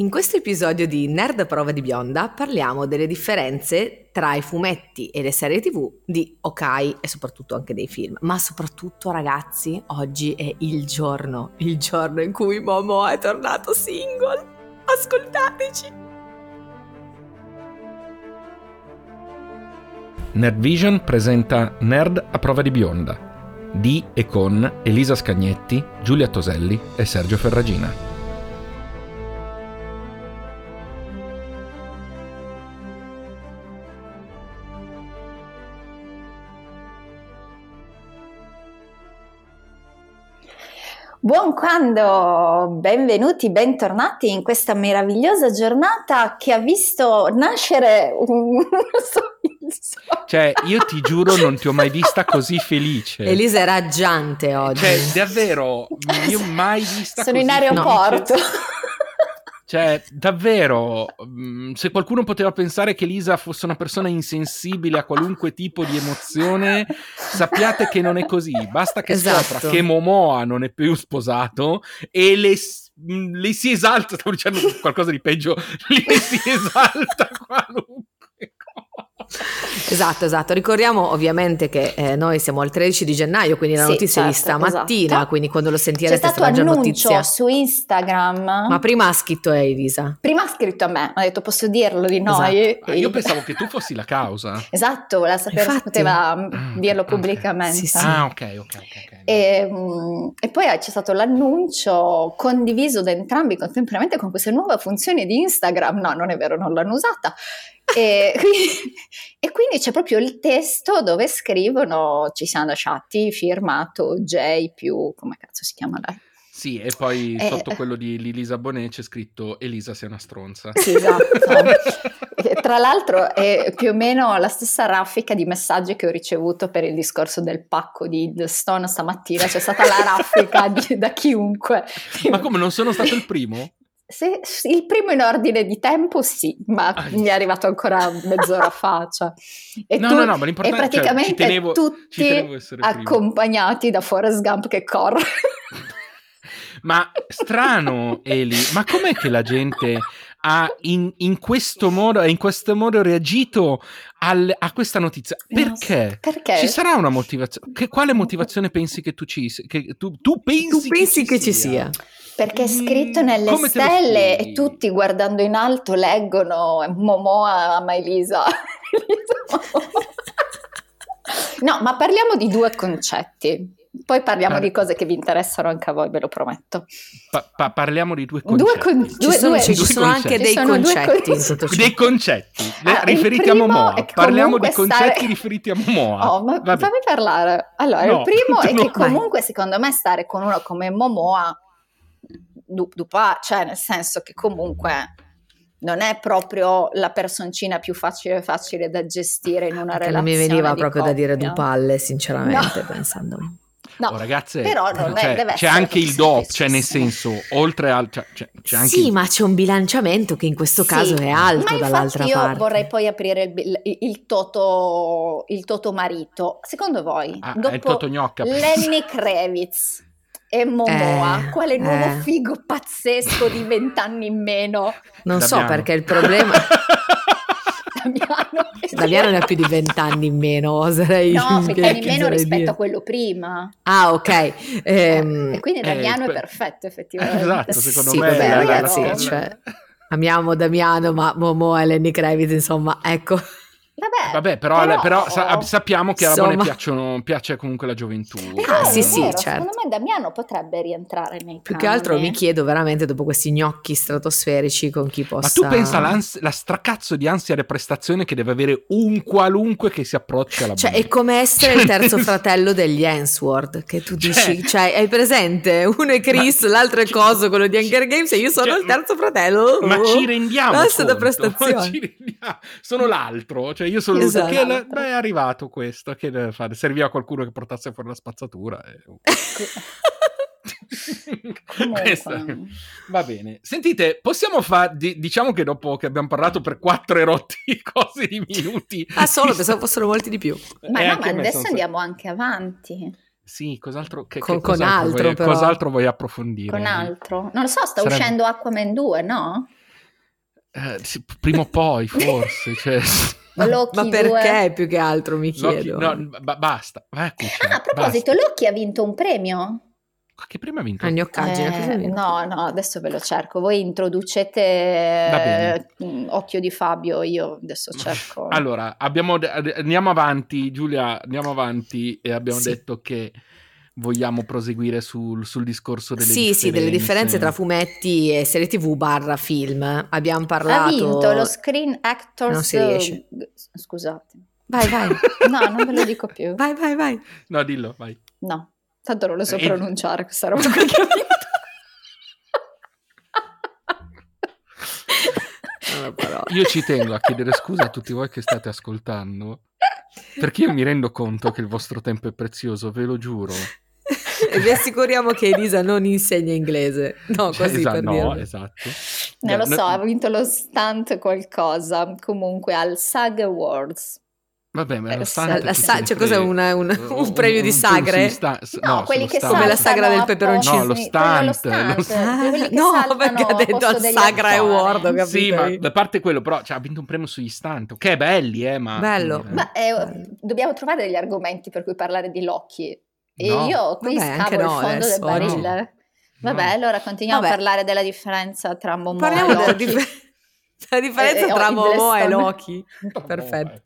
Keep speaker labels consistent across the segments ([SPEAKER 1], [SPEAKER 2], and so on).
[SPEAKER 1] In questo episodio di Nerd a prova di bionda parliamo delle differenze tra i fumetti e le serie tv di Okai e soprattutto anche dei film. Ma soprattutto ragazzi, oggi è il giorno, il giorno in cui Momo è tornato single. Ascoltateci!
[SPEAKER 2] Nerdvision presenta Nerd a prova di bionda di e con Elisa Scagnetti, Giulia Toselli e Sergio Ferragina.
[SPEAKER 3] Buon quando, benvenuti, bentornati in questa meravigliosa giornata che ha visto nascere un... non so, il sole.
[SPEAKER 2] Cioè, io ti giuro non ti ho mai vista così felice.
[SPEAKER 1] Elisa è raggiante oggi.
[SPEAKER 2] Cioè, davvero, io mai vista
[SPEAKER 3] Sono
[SPEAKER 2] così
[SPEAKER 3] in
[SPEAKER 2] felice.
[SPEAKER 3] aeroporto.
[SPEAKER 2] Cioè, davvero, mm, se qualcuno poteva pensare che Elisa fosse una persona insensibile a qualunque tipo di emozione, sappiate che non è così. Basta che
[SPEAKER 1] Esatto.
[SPEAKER 2] scopra che Momoa non è più sposato e le, s- mm, le si esalta, stavo dicendo qualcosa di peggio, le si esalta qualunque cosa.
[SPEAKER 1] Esatto, esatto. Ricordiamo ovviamente che eh, noi siamo al 13 di gennaio, quindi la
[SPEAKER 3] Sì,
[SPEAKER 1] notizia è di
[SPEAKER 3] certo,
[SPEAKER 1] stamattina,
[SPEAKER 3] esatto.
[SPEAKER 1] quindi quando lo
[SPEAKER 3] C'è
[SPEAKER 1] sentirete
[SPEAKER 3] stato
[SPEAKER 1] sarà già
[SPEAKER 3] annuncio
[SPEAKER 1] notizia.
[SPEAKER 3] su Instagram.
[SPEAKER 1] Ma prima ha scritto a Elisa.
[SPEAKER 3] Prima ha scritto a me, ha detto posso dirlo di noi.
[SPEAKER 2] Ah, Io pensavo che tu fossi la causa.
[SPEAKER 3] Esatto, voleva sapere se
[SPEAKER 1] Esatto. Infatti.
[SPEAKER 3] poteva
[SPEAKER 2] Ah,
[SPEAKER 3] mm, dirlo
[SPEAKER 2] ok.
[SPEAKER 3] pubblicamente.
[SPEAKER 1] Sì, sì.
[SPEAKER 2] Ah, ok, ok, ok. ok.
[SPEAKER 3] E, mm, e poi c'è stato l'annuncio condiviso da entrambi contemporaneamente con questa nuova funzione di Instagram. No, non è vero, non l'hanno usata. E, qui- e quindi c'è proprio il testo dove scrivono ci siamo lasciati firmato J più, come cazzo si chiama? la-
[SPEAKER 2] Sì, e poi
[SPEAKER 3] Eh.
[SPEAKER 2] sotto quello di Lisa Bonet c'è scritto Elisa sei una stronza.
[SPEAKER 3] Sì, esatto. E Tra l'altro è più o meno la stessa raffica di messaggi che ho ricevuto per il discorso del pacco di The Stone stamattina, c'è stata la raffica di- da chiunque.
[SPEAKER 2] Ma come non sono stato il primo?
[SPEAKER 3] Se- il primo in ordine di tempo sì, ma
[SPEAKER 2] Ah.
[SPEAKER 3] mi è arrivato ancora mezz'ora fa. cioè. E,
[SPEAKER 2] no,
[SPEAKER 3] tu-
[SPEAKER 2] no, no, ma
[SPEAKER 3] e
[SPEAKER 2] l'importante è cioè,
[SPEAKER 3] praticamente
[SPEAKER 2] ci tenevo, ci tenevo
[SPEAKER 3] tutti
[SPEAKER 2] a essere primo.
[SPEAKER 3] accompagnati da Forrest Gump che corre.
[SPEAKER 2] Ma strano, Eli, ma com'è che la gente ha in, in questo modo, ha in questo modo reagito al- a questa notizia? Perché?
[SPEAKER 3] Perché?
[SPEAKER 2] Ci sarà una motivazione? Che, quale motivazione pensi che tu ci sia? Che tu, tu pensi,
[SPEAKER 1] Tu pensi che ci sia?
[SPEAKER 3] Perché è
[SPEAKER 2] Mm,
[SPEAKER 3] scritto nelle
[SPEAKER 2] come te lo
[SPEAKER 3] stelle
[SPEAKER 2] spieghi?
[SPEAKER 3] e tutti guardando in alto leggono eh, Momoa ama Elisa. Elisa Momoa. no, ma parliamo di due concetti. Poi parliamo
[SPEAKER 2] Par-
[SPEAKER 3] di cose che vi interessano anche a voi, ve lo prometto.
[SPEAKER 2] Pa- pa- parliamo di due
[SPEAKER 3] Due
[SPEAKER 2] concetti.
[SPEAKER 3] con-
[SPEAKER 1] Ci
[SPEAKER 3] due-
[SPEAKER 1] sono,
[SPEAKER 3] due-
[SPEAKER 1] ci
[SPEAKER 2] due
[SPEAKER 1] sono
[SPEAKER 2] concetti.
[SPEAKER 1] anche
[SPEAKER 3] Ci
[SPEAKER 1] dei
[SPEAKER 3] sono due
[SPEAKER 1] concetti in
[SPEAKER 3] concetti.
[SPEAKER 1] tutto ciò.
[SPEAKER 2] dei concetti le-
[SPEAKER 3] Allora, Certo, Ah, il
[SPEAKER 2] riferiti a
[SPEAKER 3] primo
[SPEAKER 2] Momoa
[SPEAKER 3] è
[SPEAKER 2] parliamo
[SPEAKER 3] comunque
[SPEAKER 2] di concetti
[SPEAKER 3] stare-
[SPEAKER 2] riferiti a Momoa
[SPEAKER 3] Oh, ma
[SPEAKER 2] Vabbè.
[SPEAKER 3] fammi parlare. Allora,
[SPEAKER 2] No,
[SPEAKER 3] il primo è
[SPEAKER 2] no.
[SPEAKER 3] che comunque secondo me stare con uno come Momoa du- dupa, cioè nel senso che comunque non è proprio la personcina più facile facile da gestire in una
[SPEAKER 1] Perché non
[SPEAKER 3] relazione
[SPEAKER 1] mi veniva
[SPEAKER 3] di
[SPEAKER 1] proprio da dire
[SPEAKER 3] coppia.
[SPEAKER 1] dupalle, sinceramente,
[SPEAKER 3] No.
[SPEAKER 1] pensando.
[SPEAKER 3] No,
[SPEAKER 2] Oh, ragazze
[SPEAKER 3] però non è-
[SPEAKER 2] cioè,
[SPEAKER 3] deve
[SPEAKER 2] c'è
[SPEAKER 3] essere
[SPEAKER 2] anche il do cioè nel
[SPEAKER 3] semplicissimo.
[SPEAKER 2] senso oltre al cioè, c'è, c'è anche
[SPEAKER 1] Sì,
[SPEAKER 2] il-
[SPEAKER 1] ma c'è un bilanciamento che in questo
[SPEAKER 3] Sì,
[SPEAKER 1] caso è
[SPEAKER 3] Ma
[SPEAKER 1] alto
[SPEAKER 3] infatti
[SPEAKER 1] dall'altra
[SPEAKER 3] io
[SPEAKER 1] parte.
[SPEAKER 3] vorrei poi aprire il, il- il toto, il toto marito. Secondo voi,
[SPEAKER 2] Ah, è il
[SPEAKER 3] dopo
[SPEAKER 2] Totognocca
[SPEAKER 3] Lenny Kravitz e Momoa,
[SPEAKER 1] Eh,
[SPEAKER 3] quale nuovo
[SPEAKER 1] eh.
[SPEAKER 3] figo pazzesco di vent'anni in meno?
[SPEAKER 1] Non so
[SPEAKER 2] Damiano.
[SPEAKER 1] perché il problema...
[SPEAKER 3] Damiano,
[SPEAKER 1] Damiano ne ha più di vent'anni in meno, oserei
[SPEAKER 3] No, vent'anni in
[SPEAKER 1] oserei
[SPEAKER 3] meno rispetto
[SPEAKER 1] dire.
[SPEAKER 3] a quello prima.
[SPEAKER 1] Ah, ok. Ehm,
[SPEAKER 3] e quindi
[SPEAKER 2] eh,
[SPEAKER 3] Damiano
[SPEAKER 2] que-
[SPEAKER 3] è perfetto, effettivamente.
[SPEAKER 2] esatto secondo
[SPEAKER 1] Sì,
[SPEAKER 2] me
[SPEAKER 1] vabbè,
[SPEAKER 2] la- la- la-
[SPEAKER 1] ragazzi,
[SPEAKER 2] la-
[SPEAKER 1] cioè- Amiamo Damiano, ma Momo e Lenny Kravitz, insomma, ecco.
[SPEAKER 3] Vabbè,
[SPEAKER 2] Vabbè, però,
[SPEAKER 3] però- oh,
[SPEAKER 2] però sa- sappiamo che alla Bone
[SPEAKER 1] Insomma.
[SPEAKER 2] piacciono, piace comunque la gioventù.
[SPEAKER 3] Però
[SPEAKER 1] Ah, sì,
[SPEAKER 3] è
[SPEAKER 1] sì,
[SPEAKER 3] vero,
[SPEAKER 1] certo.
[SPEAKER 3] Secondo me Damiano potrebbe rientrare nei
[SPEAKER 1] Più che altro
[SPEAKER 3] canoni.
[SPEAKER 1] mi chiedo veramente dopo questi gnocchi stratosferici con chi
[SPEAKER 2] Ma
[SPEAKER 1] possa...
[SPEAKER 2] tu pensa all'ans- la stracazzo di ansia da prestazione che deve avere un qualunque che si approccia alla
[SPEAKER 1] Cioè,
[SPEAKER 2] Bone.
[SPEAKER 1] è come essere il terzo
[SPEAKER 2] Cioè,
[SPEAKER 1] fratello degli Ensword, che tu
[SPEAKER 2] Cioè-
[SPEAKER 1] dici, cioè, hai presente? Uno è Chris,
[SPEAKER 2] Ma-
[SPEAKER 1] l'altro è
[SPEAKER 2] ci-
[SPEAKER 1] Coso, quello di
[SPEAKER 2] ci-
[SPEAKER 1] Hunger Games, e io sono
[SPEAKER 2] cioè,
[SPEAKER 1] il terzo fratello.
[SPEAKER 2] Ma ci rendiamo
[SPEAKER 1] No, è stata
[SPEAKER 2] conto?
[SPEAKER 1] prestazione.
[SPEAKER 2] Ci rendiamo- Sono l'altro, cioè io sono
[SPEAKER 1] Esatto.
[SPEAKER 2] che la- beh, è arrivato questo, che deve fare? Serviva qualcuno che portasse fuori la spazzatura. eh, oh. e-
[SPEAKER 3] Comunque.
[SPEAKER 2] Questa- Va bene. Sentite, possiamo fare diciamo che dopo che abbiamo parlato per quattro erotti cose di minuti.
[SPEAKER 1] Ah, solo, pensavo fossero molti di più.
[SPEAKER 3] Ma
[SPEAKER 2] Eh,
[SPEAKER 3] no,
[SPEAKER 2] anche
[SPEAKER 3] ma
[SPEAKER 2] a me
[SPEAKER 3] adesso
[SPEAKER 2] sono-
[SPEAKER 3] andiamo anche avanti
[SPEAKER 2] Sì, cos'altro che,
[SPEAKER 1] Con-
[SPEAKER 2] che
[SPEAKER 1] con
[SPEAKER 2] cos'altro
[SPEAKER 1] altro,
[SPEAKER 2] vuoi,
[SPEAKER 1] però.
[SPEAKER 2] cos'altro vuoi approfondire?
[SPEAKER 3] con altro. Non lo so, sta
[SPEAKER 2] Sarebbe-
[SPEAKER 3] uscendo Aquaman 2, no?
[SPEAKER 2] Eh, sì, prima o poi, forse. cioè,
[SPEAKER 3] Loki
[SPEAKER 1] ma perché più che altro mi
[SPEAKER 2] Loki-
[SPEAKER 1] chiedo?
[SPEAKER 2] no, ba- basta. Vai a cucina,
[SPEAKER 3] Ah, a proposito, Loki ha vinto un premio.
[SPEAKER 2] basta. Che prima ha vinto?
[SPEAKER 1] A gnoccaggine, cosa
[SPEAKER 3] Eh,
[SPEAKER 1] mi-
[SPEAKER 3] no, no, adesso ve lo cerco. Voi introducete
[SPEAKER 2] Va bene.
[SPEAKER 3] mm, Occhio di Fabio, io adesso cerco.
[SPEAKER 2] Allora, abbiamo de- andiamo avanti, Giulia, andiamo avanti e abbiamo
[SPEAKER 1] Sì.
[SPEAKER 2] detto che vogliamo proseguire sul, sul discorso delle
[SPEAKER 1] sì,
[SPEAKER 2] differenze.
[SPEAKER 1] sì, delle differenze tra fumetti e serie TV barra film. Abbiamo
[SPEAKER 3] ha
[SPEAKER 1] parlato.
[SPEAKER 3] vinto lo Screen Actors.
[SPEAKER 1] Non si riesce.
[SPEAKER 3] Scusate.
[SPEAKER 1] Vai, vai,
[SPEAKER 3] No, non ve lo dico più.
[SPEAKER 1] vai, vai, vai.
[SPEAKER 2] No, dillo, vai.
[SPEAKER 3] No, tanto non lo so
[SPEAKER 2] Eh,
[SPEAKER 3] pronunciare questa roba qui che ho
[SPEAKER 1] Non ho parole.
[SPEAKER 2] Io ci tengo a chiedere scusa a tutti voi che state ascoltando, perché io mi rendo conto che il vostro tempo è prezioso, ve lo giuro.
[SPEAKER 1] E vi assicuriamo che Elisa non insegna inglese. No,
[SPEAKER 2] Cioè,
[SPEAKER 1] così
[SPEAKER 2] esa-
[SPEAKER 1] per
[SPEAKER 2] no,
[SPEAKER 1] dirlo.
[SPEAKER 2] esatto.
[SPEAKER 3] Non lo
[SPEAKER 2] No,
[SPEAKER 3] so, ha vinto lo stunt qualcosa, comunque al SAG Awards.
[SPEAKER 2] Vabbè, ma
[SPEAKER 3] Eh,
[SPEAKER 2] lo
[SPEAKER 3] sì,
[SPEAKER 2] santo
[SPEAKER 1] la- la
[SPEAKER 2] chi
[SPEAKER 1] sa-
[SPEAKER 2] se ne
[SPEAKER 1] cioè, cos'è,
[SPEAKER 2] frega.
[SPEAKER 1] una- un-
[SPEAKER 2] Eh,
[SPEAKER 1] un premio di sagre?
[SPEAKER 2] sì, sta- s-
[SPEAKER 3] No,
[SPEAKER 2] no,
[SPEAKER 3] quelli
[SPEAKER 2] sullo
[SPEAKER 3] che
[SPEAKER 2] stunt.
[SPEAKER 1] Come la
[SPEAKER 3] saltano
[SPEAKER 1] sagra del
[SPEAKER 3] a
[SPEAKER 1] peperoncino.
[SPEAKER 2] No, lo
[SPEAKER 3] posto- quello lo
[SPEAKER 2] stunt, lo
[SPEAKER 1] stunt.
[SPEAKER 3] quelli che
[SPEAKER 1] No,
[SPEAKER 3] saltano
[SPEAKER 1] perché ha
[SPEAKER 3] a
[SPEAKER 1] detto
[SPEAKER 3] posto
[SPEAKER 1] al
[SPEAKER 3] degli
[SPEAKER 1] Sagra
[SPEAKER 3] acquari.
[SPEAKER 1] Award, ho capito.
[SPEAKER 2] Sì, ma da parte quello, però cioè, ha vinto un premio sugli stunt. Ok, belli, eh, ma...
[SPEAKER 1] Bello.
[SPEAKER 2] come dire,
[SPEAKER 3] Ma eh, dobbiamo trovare degli argomenti per cui parlare di Loki. E
[SPEAKER 2] no.
[SPEAKER 3] io qui
[SPEAKER 1] Vabbè, anche
[SPEAKER 3] scavo il
[SPEAKER 1] no,
[SPEAKER 3] fondo
[SPEAKER 1] adesso,
[SPEAKER 3] del barile. Vabbè,
[SPEAKER 2] No.
[SPEAKER 3] allora continuiamo
[SPEAKER 1] Vabbè.
[SPEAKER 3] a parlare della differenza tra Momoa
[SPEAKER 1] Parliamo
[SPEAKER 3] e
[SPEAKER 1] della,
[SPEAKER 3] Loki.
[SPEAKER 1] differ- della differenza
[SPEAKER 3] Eh, eh,
[SPEAKER 1] tra
[SPEAKER 3] oh,
[SPEAKER 1] Momo e
[SPEAKER 3] Hiddleston.
[SPEAKER 1] Loki. Perfetto.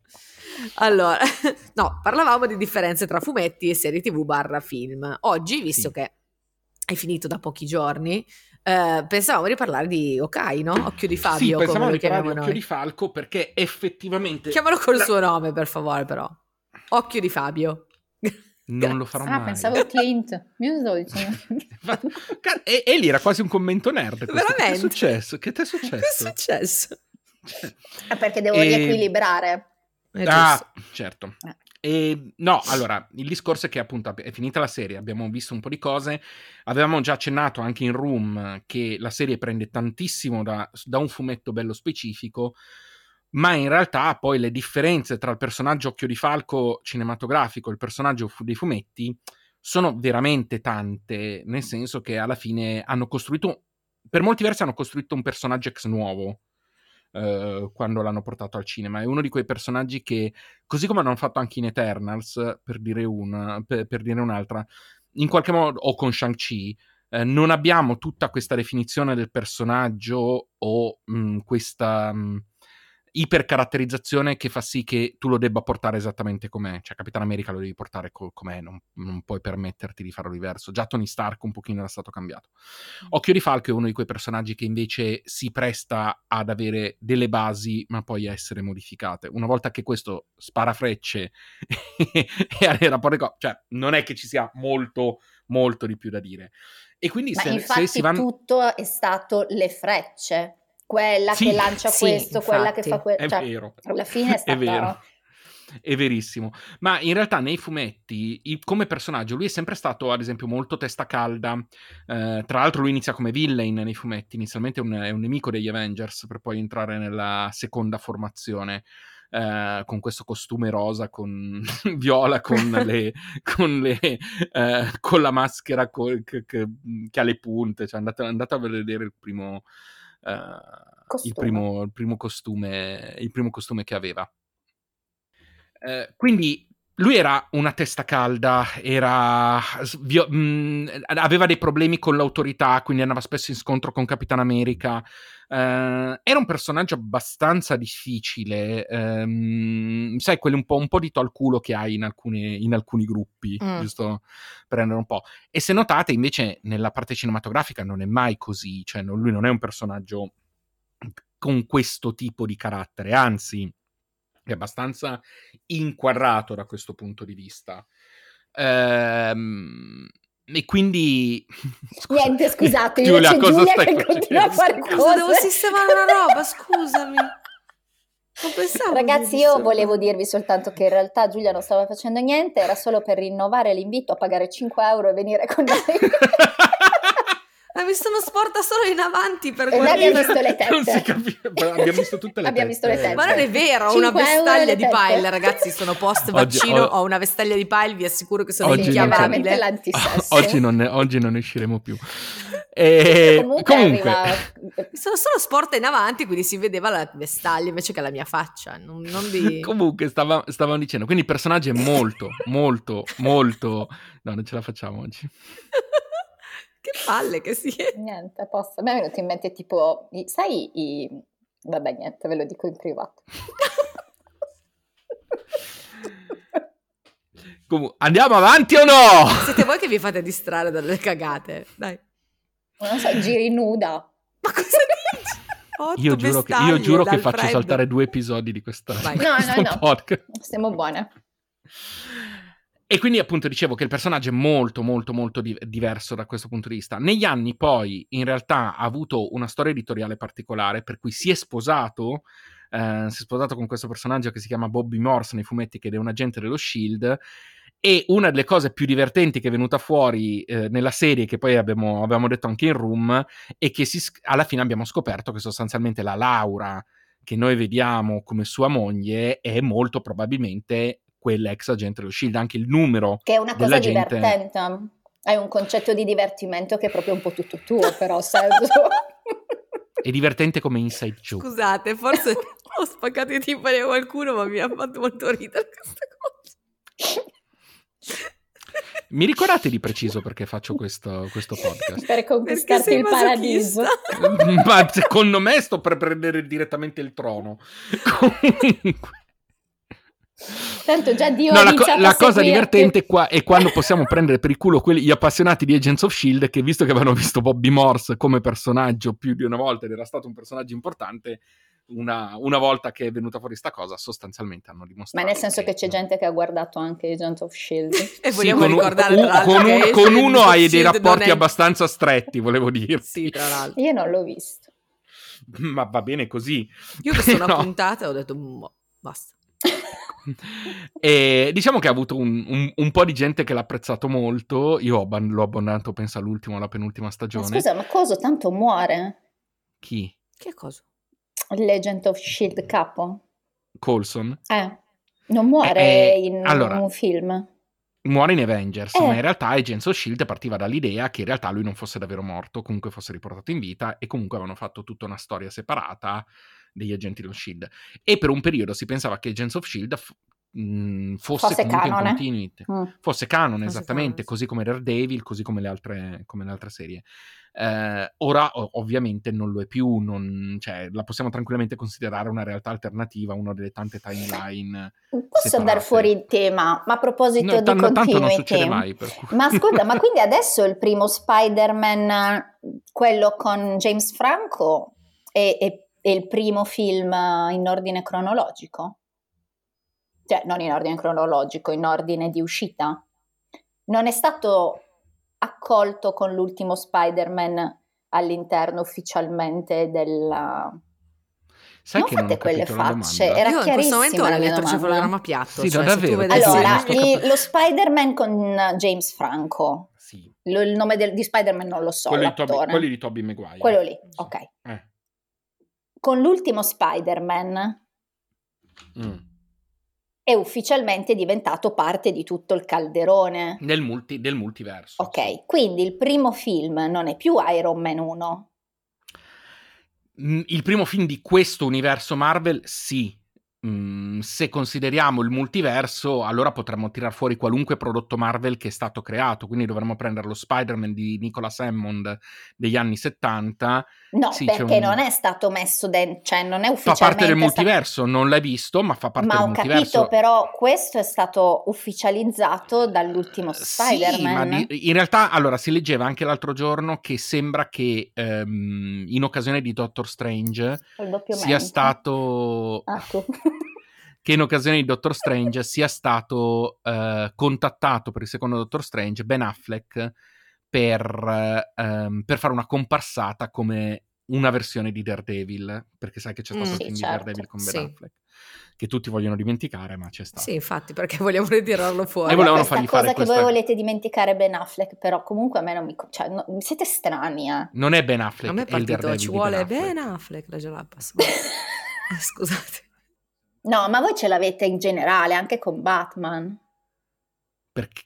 [SPEAKER 1] Allora, no, parlavamo di differenze tra fumetti e serie TV barra film. Oggi, visto
[SPEAKER 2] Sì.
[SPEAKER 1] che è finito da pochi giorni, eh, pensavamo di parlare di Okai, no? Occhio di Fabio,
[SPEAKER 2] sì,
[SPEAKER 1] come
[SPEAKER 2] pensavamo
[SPEAKER 1] lo
[SPEAKER 2] di parlare di
[SPEAKER 1] chiamiamo noi.
[SPEAKER 2] Occhio di Falco perché effettivamente
[SPEAKER 1] Chiamalo col
[SPEAKER 2] La-
[SPEAKER 1] suo nome, per favore, però. Occhio di Fabio.
[SPEAKER 2] non lo farò
[SPEAKER 3] Ah,
[SPEAKER 2] mai.
[SPEAKER 3] pensavo Clint. Io sto dicendo.
[SPEAKER 2] Va- Ca- e, e lì era quasi un commento nerd. questo. Che ti è
[SPEAKER 1] Veramente?
[SPEAKER 2] successo? Che ti è
[SPEAKER 1] Che
[SPEAKER 2] successo?
[SPEAKER 1] è successo?
[SPEAKER 2] Cioè,
[SPEAKER 3] Ah, perché devo
[SPEAKER 2] E-
[SPEAKER 3] riequilibrare.
[SPEAKER 1] È giusto.
[SPEAKER 2] Ah, certo.
[SPEAKER 3] Eh.
[SPEAKER 2] E, no, allora, il discorso è che appunto ab- è finita la serie, abbiamo visto un po' di cose, avevamo già accennato anche in Room che la serie prende tantissimo da, da un fumetto bello specifico, ma in realtà poi le differenze tra il personaggio Occhio di Falco cinematografico e il personaggio fu- dei fumetti sono veramente tante, nel senso che alla fine hanno costruito, per molti versi hanno costruito un personaggio ex nuovo eh, quando l'hanno portato al cinema. È uno di quei personaggi che, così come hanno fatto anche in Eternals, per dire, una, per, per dire un'altra, in qualche modo, o con Shang-Chi, eh, non abbiamo tutta questa definizione del personaggio o mh, questa... mm, mh, ipercaratterizzazione che fa sì che tu lo debba portare esattamente com'è, cioè Capitan America lo devi portare co- com'è, non, non puoi permetterti di farlo diverso, già Tony Stark un pochino era stato cambiato.
[SPEAKER 3] Mm.
[SPEAKER 2] Occhio di Falco è uno di quei personaggi che invece si presta ad avere delle basi ma poi a essere modificate, una volta che questo spara frecce e ha dei rapporti co- cioè non è che ci sia molto molto di più da dire. E quindi
[SPEAKER 3] Ma
[SPEAKER 2] se, se
[SPEAKER 3] infatti
[SPEAKER 2] si vanno...
[SPEAKER 3] tutto è stato le frecce. Quella
[SPEAKER 2] Sì,
[SPEAKER 3] che lancia
[SPEAKER 1] sì,
[SPEAKER 3] questo, quella che
[SPEAKER 1] infatti.
[SPEAKER 3] fa quello.
[SPEAKER 2] È
[SPEAKER 3] Cioè,
[SPEAKER 2] vero.
[SPEAKER 3] alla fine è stata-
[SPEAKER 2] vero. È verissimo. Ma in realtà nei fumetti, i- come personaggio, lui è sempre stato, ad esempio, molto testa calda. Eh, tra l'altro lui inizia come villain nei fumetti, inizialmente è un, è un nemico degli Avengers per poi entrare nella seconda formazione. eh, con questo costume rosa, con viola, con, le, con, le, eh, con la maschera col- che, che- che ha le punte. Cioè, andate, andate a vedere il primo, eh, il,
[SPEAKER 3] Costume.
[SPEAKER 2] primo, il primo costume, il primo costume che aveva. Eh, quindi lui era una testa calda, era, s- vio- mh, aveva dei problemi con l'autorità, quindi andava spesso in scontro con Capitan America. Eh, era un personaggio abbastanza difficile, ehm, sai, quelli un po', un po' dito al culo che hai in, alcune- in alcuni gruppi,
[SPEAKER 1] Mm.
[SPEAKER 2] giusto per rendere un po'. E se notate, invece, nella parte cinematografica non è mai così, cioè non- lui non è un personaggio con questo tipo di carattere, anzi, è abbastanza inquadrato da questo punto di vista. Ehm, e quindi Scusa.
[SPEAKER 3] Niente, scusate, io
[SPEAKER 2] Giulia,
[SPEAKER 3] c'è
[SPEAKER 2] cosa
[SPEAKER 3] Giulia
[SPEAKER 2] stai
[SPEAKER 3] che continua a fare
[SPEAKER 2] facendo?
[SPEAKER 1] Cosa, devo
[SPEAKER 3] cose.
[SPEAKER 1] sistemare una roba, scusami. Non pensavo
[SPEAKER 3] Ragazzi,
[SPEAKER 1] di-
[SPEAKER 3] io volevo dirvi soltanto che in realtà Giulia non stava facendo niente, era solo per rinnovare l'invito a pagare 5 euro e venire con noi.
[SPEAKER 1] È Ma mi sono sporta solo in avanti per
[SPEAKER 3] Eh,
[SPEAKER 1] guardare.
[SPEAKER 3] abbiamo visto le tette.
[SPEAKER 2] Non si capisce, ma abbiamo visto tutte le Eh,
[SPEAKER 3] Abbiamo visto le tette.
[SPEAKER 1] Ma non è vero, ho una
[SPEAKER 3] Cinque euro
[SPEAKER 1] vestaglia
[SPEAKER 3] alle
[SPEAKER 1] di
[SPEAKER 3] tette.
[SPEAKER 1] pile, ragazzi, sono post vaccino,
[SPEAKER 2] Oggi-
[SPEAKER 1] ho una vestaglia di pile, vi assicuro che sono
[SPEAKER 2] Oggi
[SPEAKER 3] Sì, è veramente
[SPEAKER 1] inchiamabile.
[SPEAKER 3] l'antisesso.
[SPEAKER 2] Oggi non, ne- oggi non ne usciremo più. E-
[SPEAKER 3] comunque,
[SPEAKER 2] comunque,
[SPEAKER 3] arriva-
[SPEAKER 1] Mi sono solo sporta in avanti, quindi si vedeva la vestaglia invece che la mia faccia. Non, non vi...
[SPEAKER 2] comunque stava- stavamo dicendo, quindi il personaggio è molto, molto, molto... No, non ce la facciamo oggi.
[SPEAKER 1] che palle che si è.
[SPEAKER 3] niente, a posto. Mi è venuto in mente tipo, i- sai i... Vabbè, niente, ve lo dico in privato.
[SPEAKER 2] Comu- andiamo avanti o no?
[SPEAKER 1] Siete voi che vi fate distrarre dalle cagate. Dai.
[SPEAKER 3] non so, giri nuda.
[SPEAKER 1] Ma cosa dici? Otto
[SPEAKER 2] Io giuro, che, io
[SPEAKER 1] vestaglie
[SPEAKER 2] giuro che
[SPEAKER 1] dal
[SPEAKER 2] faccio
[SPEAKER 1] freddo.
[SPEAKER 2] saltare due episodi di questa,
[SPEAKER 1] Vai.
[SPEAKER 2] di
[SPEAKER 3] No, no,
[SPEAKER 2] questo
[SPEAKER 3] no.
[SPEAKER 2] podcast.
[SPEAKER 3] Stiamo buone.
[SPEAKER 2] E quindi appunto dicevo che il personaggio è molto molto molto di- diverso da questo punto di vista. Negli anni poi in realtà ha avuto una storia editoriale particolare per cui si è sposato, eh, si è sposato con questo personaggio che si chiama Bobby Morse nei fumetti che è un agente dello Shield e una delle cose più divertenti che è venuta fuori eh, nella serie che poi abbiamo, avevamo detto anche in Room è che si sc- alla fine abbiamo scoperto che sostanzialmente la Laura che noi vediamo come sua moglie è molto probabilmente quell'ex agente dello Shield, anche il numero.
[SPEAKER 3] Che è una cosa
[SPEAKER 2] della gente.
[SPEAKER 3] divertente. Hai un concetto di divertimento che è proprio un po' tutto tuo, però, Sergio.
[SPEAKER 2] È divertente come inside joke.
[SPEAKER 1] Scusate, forse ho spaccato i timpani a qualcuno, ma mi ha fatto molto ridere questa cosa.
[SPEAKER 2] Mi ricordate di preciso perché faccio questo, questo podcast?
[SPEAKER 3] per
[SPEAKER 1] Perché
[SPEAKER 3] conquistarti
[SPEAKER 1] sei
[SPEAKER 3] il paradiso.
[SPEAKER 1] masochista.
[SPEAKER 2] Ma secondo me sto per prendere direttamente il trono. Comunque.
[SPEAKER 3] Tanto già Dio
[SPEAKER 2] No, la,
[SPEAKER 3] inizia
[SPEAKER 2] co-
[SPEAKER 3] a
[SPEAKER 2] la cosa
[SPEAKER 3] perseguirti.
[SPEAKER 2] divertente qua è quando possiamo prendere per il culo quelli, gli appassionati di Agents of Shield che visto che avevano visto Bobby Morse come personaggio più di una volta ed era stato un personaggio importante, una, una volta che è venuta fuori sta cosa sostanzialmente hanno
[SPEAKER 3] Ma
[SPEAKER 2] dimostrato.
[SPEAKER 3] nel senso che c'è gente che ha guardato anche Agent of S.H.I.E.L.D.
[SPEAKER 1] E
[SPEAKER 2] Sì,
[SPEAKER 1] vogliamo
[SPEAKER 2] con un-
[SPEAKER 1] ricordare
[SPEAKER 2] un-
[SPEAKER 1] tra l'altro
[SPEAKER 2] con, un-
[SPEAKER 1] che
[SPEAKER 2] con
[SPEAKER 1] Agents of
[SPEAKER 2] uno hai dei
[SPEAKER 1] Shield non
[SPEAKER 2] rapporti
[SPEAKER 1] è-
[SPEAKER 2] abbastanza stretti, volevo dirti.
[SPEAKER 1] Sì, tra l'altro.
[SPEAKER 3] Io non l'ho visto.
[SPEAKER 2] Ma va bene così.
[SPEAKER 1] Io ho visto una
[SPEAKER 2] No.
[SPEAKER 1] puntata e ho detto, "Boh, basta.
[SPEAKER 2] E diciamo che ha avuto un, un- un po' di gente che l'ha apprezzato molto. Io ho abban- l'ho abbandonato, penso, all'ultima o alla penultima
[SPEAKER 3] Ma
[SPEAKER 2] stagione.
[SPEAKER 3] scusa, ma Coso tanto muore?
[SPEAKER 2] Chi?
[SPEAKER 1] Che cosa?
[SPEAKER 3] L'Agent of S.H.I.E.L.D. capo?
[SPEAKER 2] Colson?
[SPEAKER 3] Eh, non muore
[SPEAKER 2] Eh, eh,
[SPEAKER 3] in
[SPEAKER 2] allora.
[SPEAKER 3] un film.
[SPEAKER 2] muore in Avengers,
[SPEAKER 3] Eh.
[SPEAKER 2] ma in realtà Agents of Shield partiva dall'idea che in realtà lui non fosse davvero morto, comunque fosse riportato in vita e comunque avevano fatto tutta una storia separata degli agenti dello Shield. E per un periodo si pensava che Agents of Shield f- mh, fosse,
[SPEAKER 3] Fosse
[SPEAKER 2] comunque in
[SPEAKER 3] canone.
[SPEAKER 2] continuity.
[SPEAKER 3] Mm.
[SPEAKER 2] Fosse canone,
[SPEAKER 1] Fosse
[SPEAKER 2] esattamente,
[SPEAKER 1] canone, sì.
[SPEAKER 2] così come Daredevil, così come le altre, come le altre serie. Eh, ora o- ovviamente non lo è più, non- cioè, la possiamo tranquillamente considerare una realtà alternativa, una delle tante timeline.
[SPEAKER 3] Posso
[SPEAKER 2] Separate.
[SPEAKER 3] andare fuori il tema, ma a proposito
[SPEAKER 2] No,
[SPEAKER 3] di
[SPEAKER 2] tan- tanto non succede
[SPEAKER 3] continuity.
[SPEAKER 2] mai. per cui-
[SPEAKER 3] Ma ascolta, ma quindi adesso il primo Spider-Man, eh, quello con James Franco, è, è- è il primo film eh, in ordine cronologico? Cioè, non in ordine cronologico, in ordine di uscita? Non è stato accolto con l'ultimo Spider-Man all'interno ufficialmente della...
[SPEAKER 2] Sai
[SPEAKER 3] non
[SPEAKER 2] che
[SPEAKER 3] fate
[SPEAKER 2] non ho
[SPEAKER 3] quelle
[SPEAKER 2] capito la
[SPEAKER 3] facce,
[SPEAKER 2] domanda?
[SPEAKER 3] era
[SPEAKER 1] Io in questo
[SPEAKER 3] chiarissima
[SPEAKER 1] momento ho
[SPEAKER 3] la
[SPEAKER 1] la
[SPEAKER 3] mia
[SPEAKER 1] mia
[SPEAKER 3] domanda.
[SPEAKER 1] programma piatto. cioè,
[SPEAKER 2] Sì, no,
[SPEAKER 1] se tu
[SPEAKER 2] davvero.
[SPEAKER 1] vedessi-
[SPEAKER 3] Allora,
[SPEAKER 2] Eh sì, sì,
[SPEAKER 3] il-
[SPEAKER 2] sì.
[SPEAKER 3] lo Spider-Man con eh, James Franco,
[SPEAKER 2] Sì.
[SPEAKER 3] Lo- il nome del- di Spider-Man non lo so,
[SPEAKER 2] quelli, di Toby,
[SPEAKER 3] l'attore.
[SPEAKER 2] quelli di Tobey Maguire.
[SPEAKER 3] Quello lì,
[SPEAKER 2] Sì.
[SPEAKER 3] ok.
[SPEAKER 2] Eh.
[SPEAKER 3] Con l'ultimo Spider-Man
[SPEAKER 2] Mm.
[SPEAKER 3] è ufficialmente diventato parte di tutto il calderone.
[SPEAKER 2] Nel multi- del multiverso. Mm, sì.
[SPEAKER 3] Ok, quindi il primo film non è più Iron Man 1.
[SPEAKER 2] Mm, Il primo film di questo universo Marvel, sì. Mm, se consideriamo il multiverso, allora potremmo tirar fuori qualunque prodotto Marvel che è stato creato. Quindi dovremmo prendere lo Spider-Man di Nicolas Hammond degli anni 70.
[SPEAKER 3] No,
[SPEAKER 2] Sì, c'è
[SPEAKER 3] perché
[SPEAKER 2] un-
[SPEAKER 3] non è stato messo dentro, cioè non è
[SPEAKER 2] Fa
[SPEAKER 3] ufficialmente...
[SPEAKER 2] parte del
[SPEAKER 3] sta-
[SPEAKER 2] multiverso, non l'hai visto, ma fa parte
[SPEAKER 3] Ma
[SPEAKER 2] del
[SPEAKER 3] ho
[SPEAKER 2] multiverso.
[SPEAKER 3] capito, però questo è stato ufficializzato dall'ultimo
[SPEAKER 2] Sì, ma
[SPEAKER 3] Spider-Man.
[SPEAKER 2] di- in realtà, allora, si leggeva anche l'altro giorno che sembra che ehm, in occasione di Doctor Strange
[SPEAKER 3] col doppio
[SPEAKER 2] sia
[SPEAKER 3] mento.
[SPEAKER 2] stato...
[SPEAKER 3] Ah, tu.
[SPEAKER 2] che in occasione di Doctor Strange sia stato eh, contattato per il secondo Doctor Strange Ben Affleck per, eh, ehm, per fare una comparsata come una versione di Daredevil, perché sai che c'è stato
[SPEAKER 1] Mm,
[SPEAKER 2] il
[SPEAKER 3] sì,
[SPEAKER 2] film di
[SPEAKER 3] certo,
[SPEAKER 2] Daredevil con Ben
[SPEAKER 1] sì.
[SPEAKER 2] Affleck, che tutti vogliono dimenticare, ma c'è stato.
[SPEAKER 1] Sì, infatti, perché vogliamo ritirarlo fuori.
[SPEAKER 2] E volevano
[SPEAKER 3] questa
[SPEAKER 2] fargli
[SPEAKER 3] cosa
[SPEAKER 2] fare
[SPEAKER 3] che voi
[SPEAKER 2] questa-
[SPEAKER 3] volete dimenticare Ben Affleck, però comunque a me non mi... co- Cioè, no- siete strani, eh.
[SPEAKER 2] Non è Ben Affleck,
[SPEAKER 1] A me è
[SPEAKER 2] il
[SPEAKER 1] partito,
[SPEAKER 2] Daredevil
[SPEAKER 1] ci
[SPEAKER 2] di
[SPEAKER 1] vuole
[SPEAKER 2] ben Affleck.
[SPEAKER 1] Ben Affleck la Jalapas. Eh, Scusate.
[SPEAKER 3] No, ma voi ce l'avete in generale, anche con Batman.
[SPEAKER 2] perché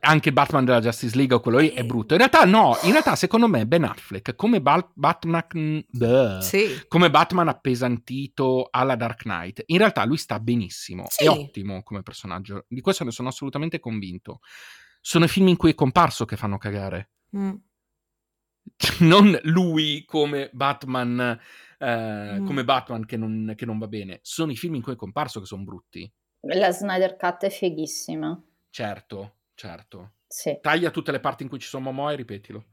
[SPEAKER 2] anche Batman della Justice League o quello lì è brutto. In realtà no, in realtà secondo me Ben Affleck come Bal- Batman bleh,
[SPEAKER 1] Sì.
[SPEAKER 2] come Batman appesantito alla Dark Knight, in realtà lui sta benissimo,
[SPEAKER 1] Sì.
[SPEAKER 2] è ottimo come personaggio. Di questo ne sono assolutamente convinto. Sono i film in cui è comparso che fanno cagare.
[SPEAKER 1] Mm.
[SPEAKER 2] Non lui come Batman eh,
[SPEAKER 1] Mm.
[SPEAKER 2] come Batman che non, che non va bene. Sono i film in cui è comparso che sono brutti.
[SPEAKER 3] La Snyder Cut è fighissima.
[SPEAKER 2] Certo, certo.
[SPEAKER 3] Sì.
[SPEAKER 2] Taglia tutte le parti in cui ci sono Momoa e ripetilo.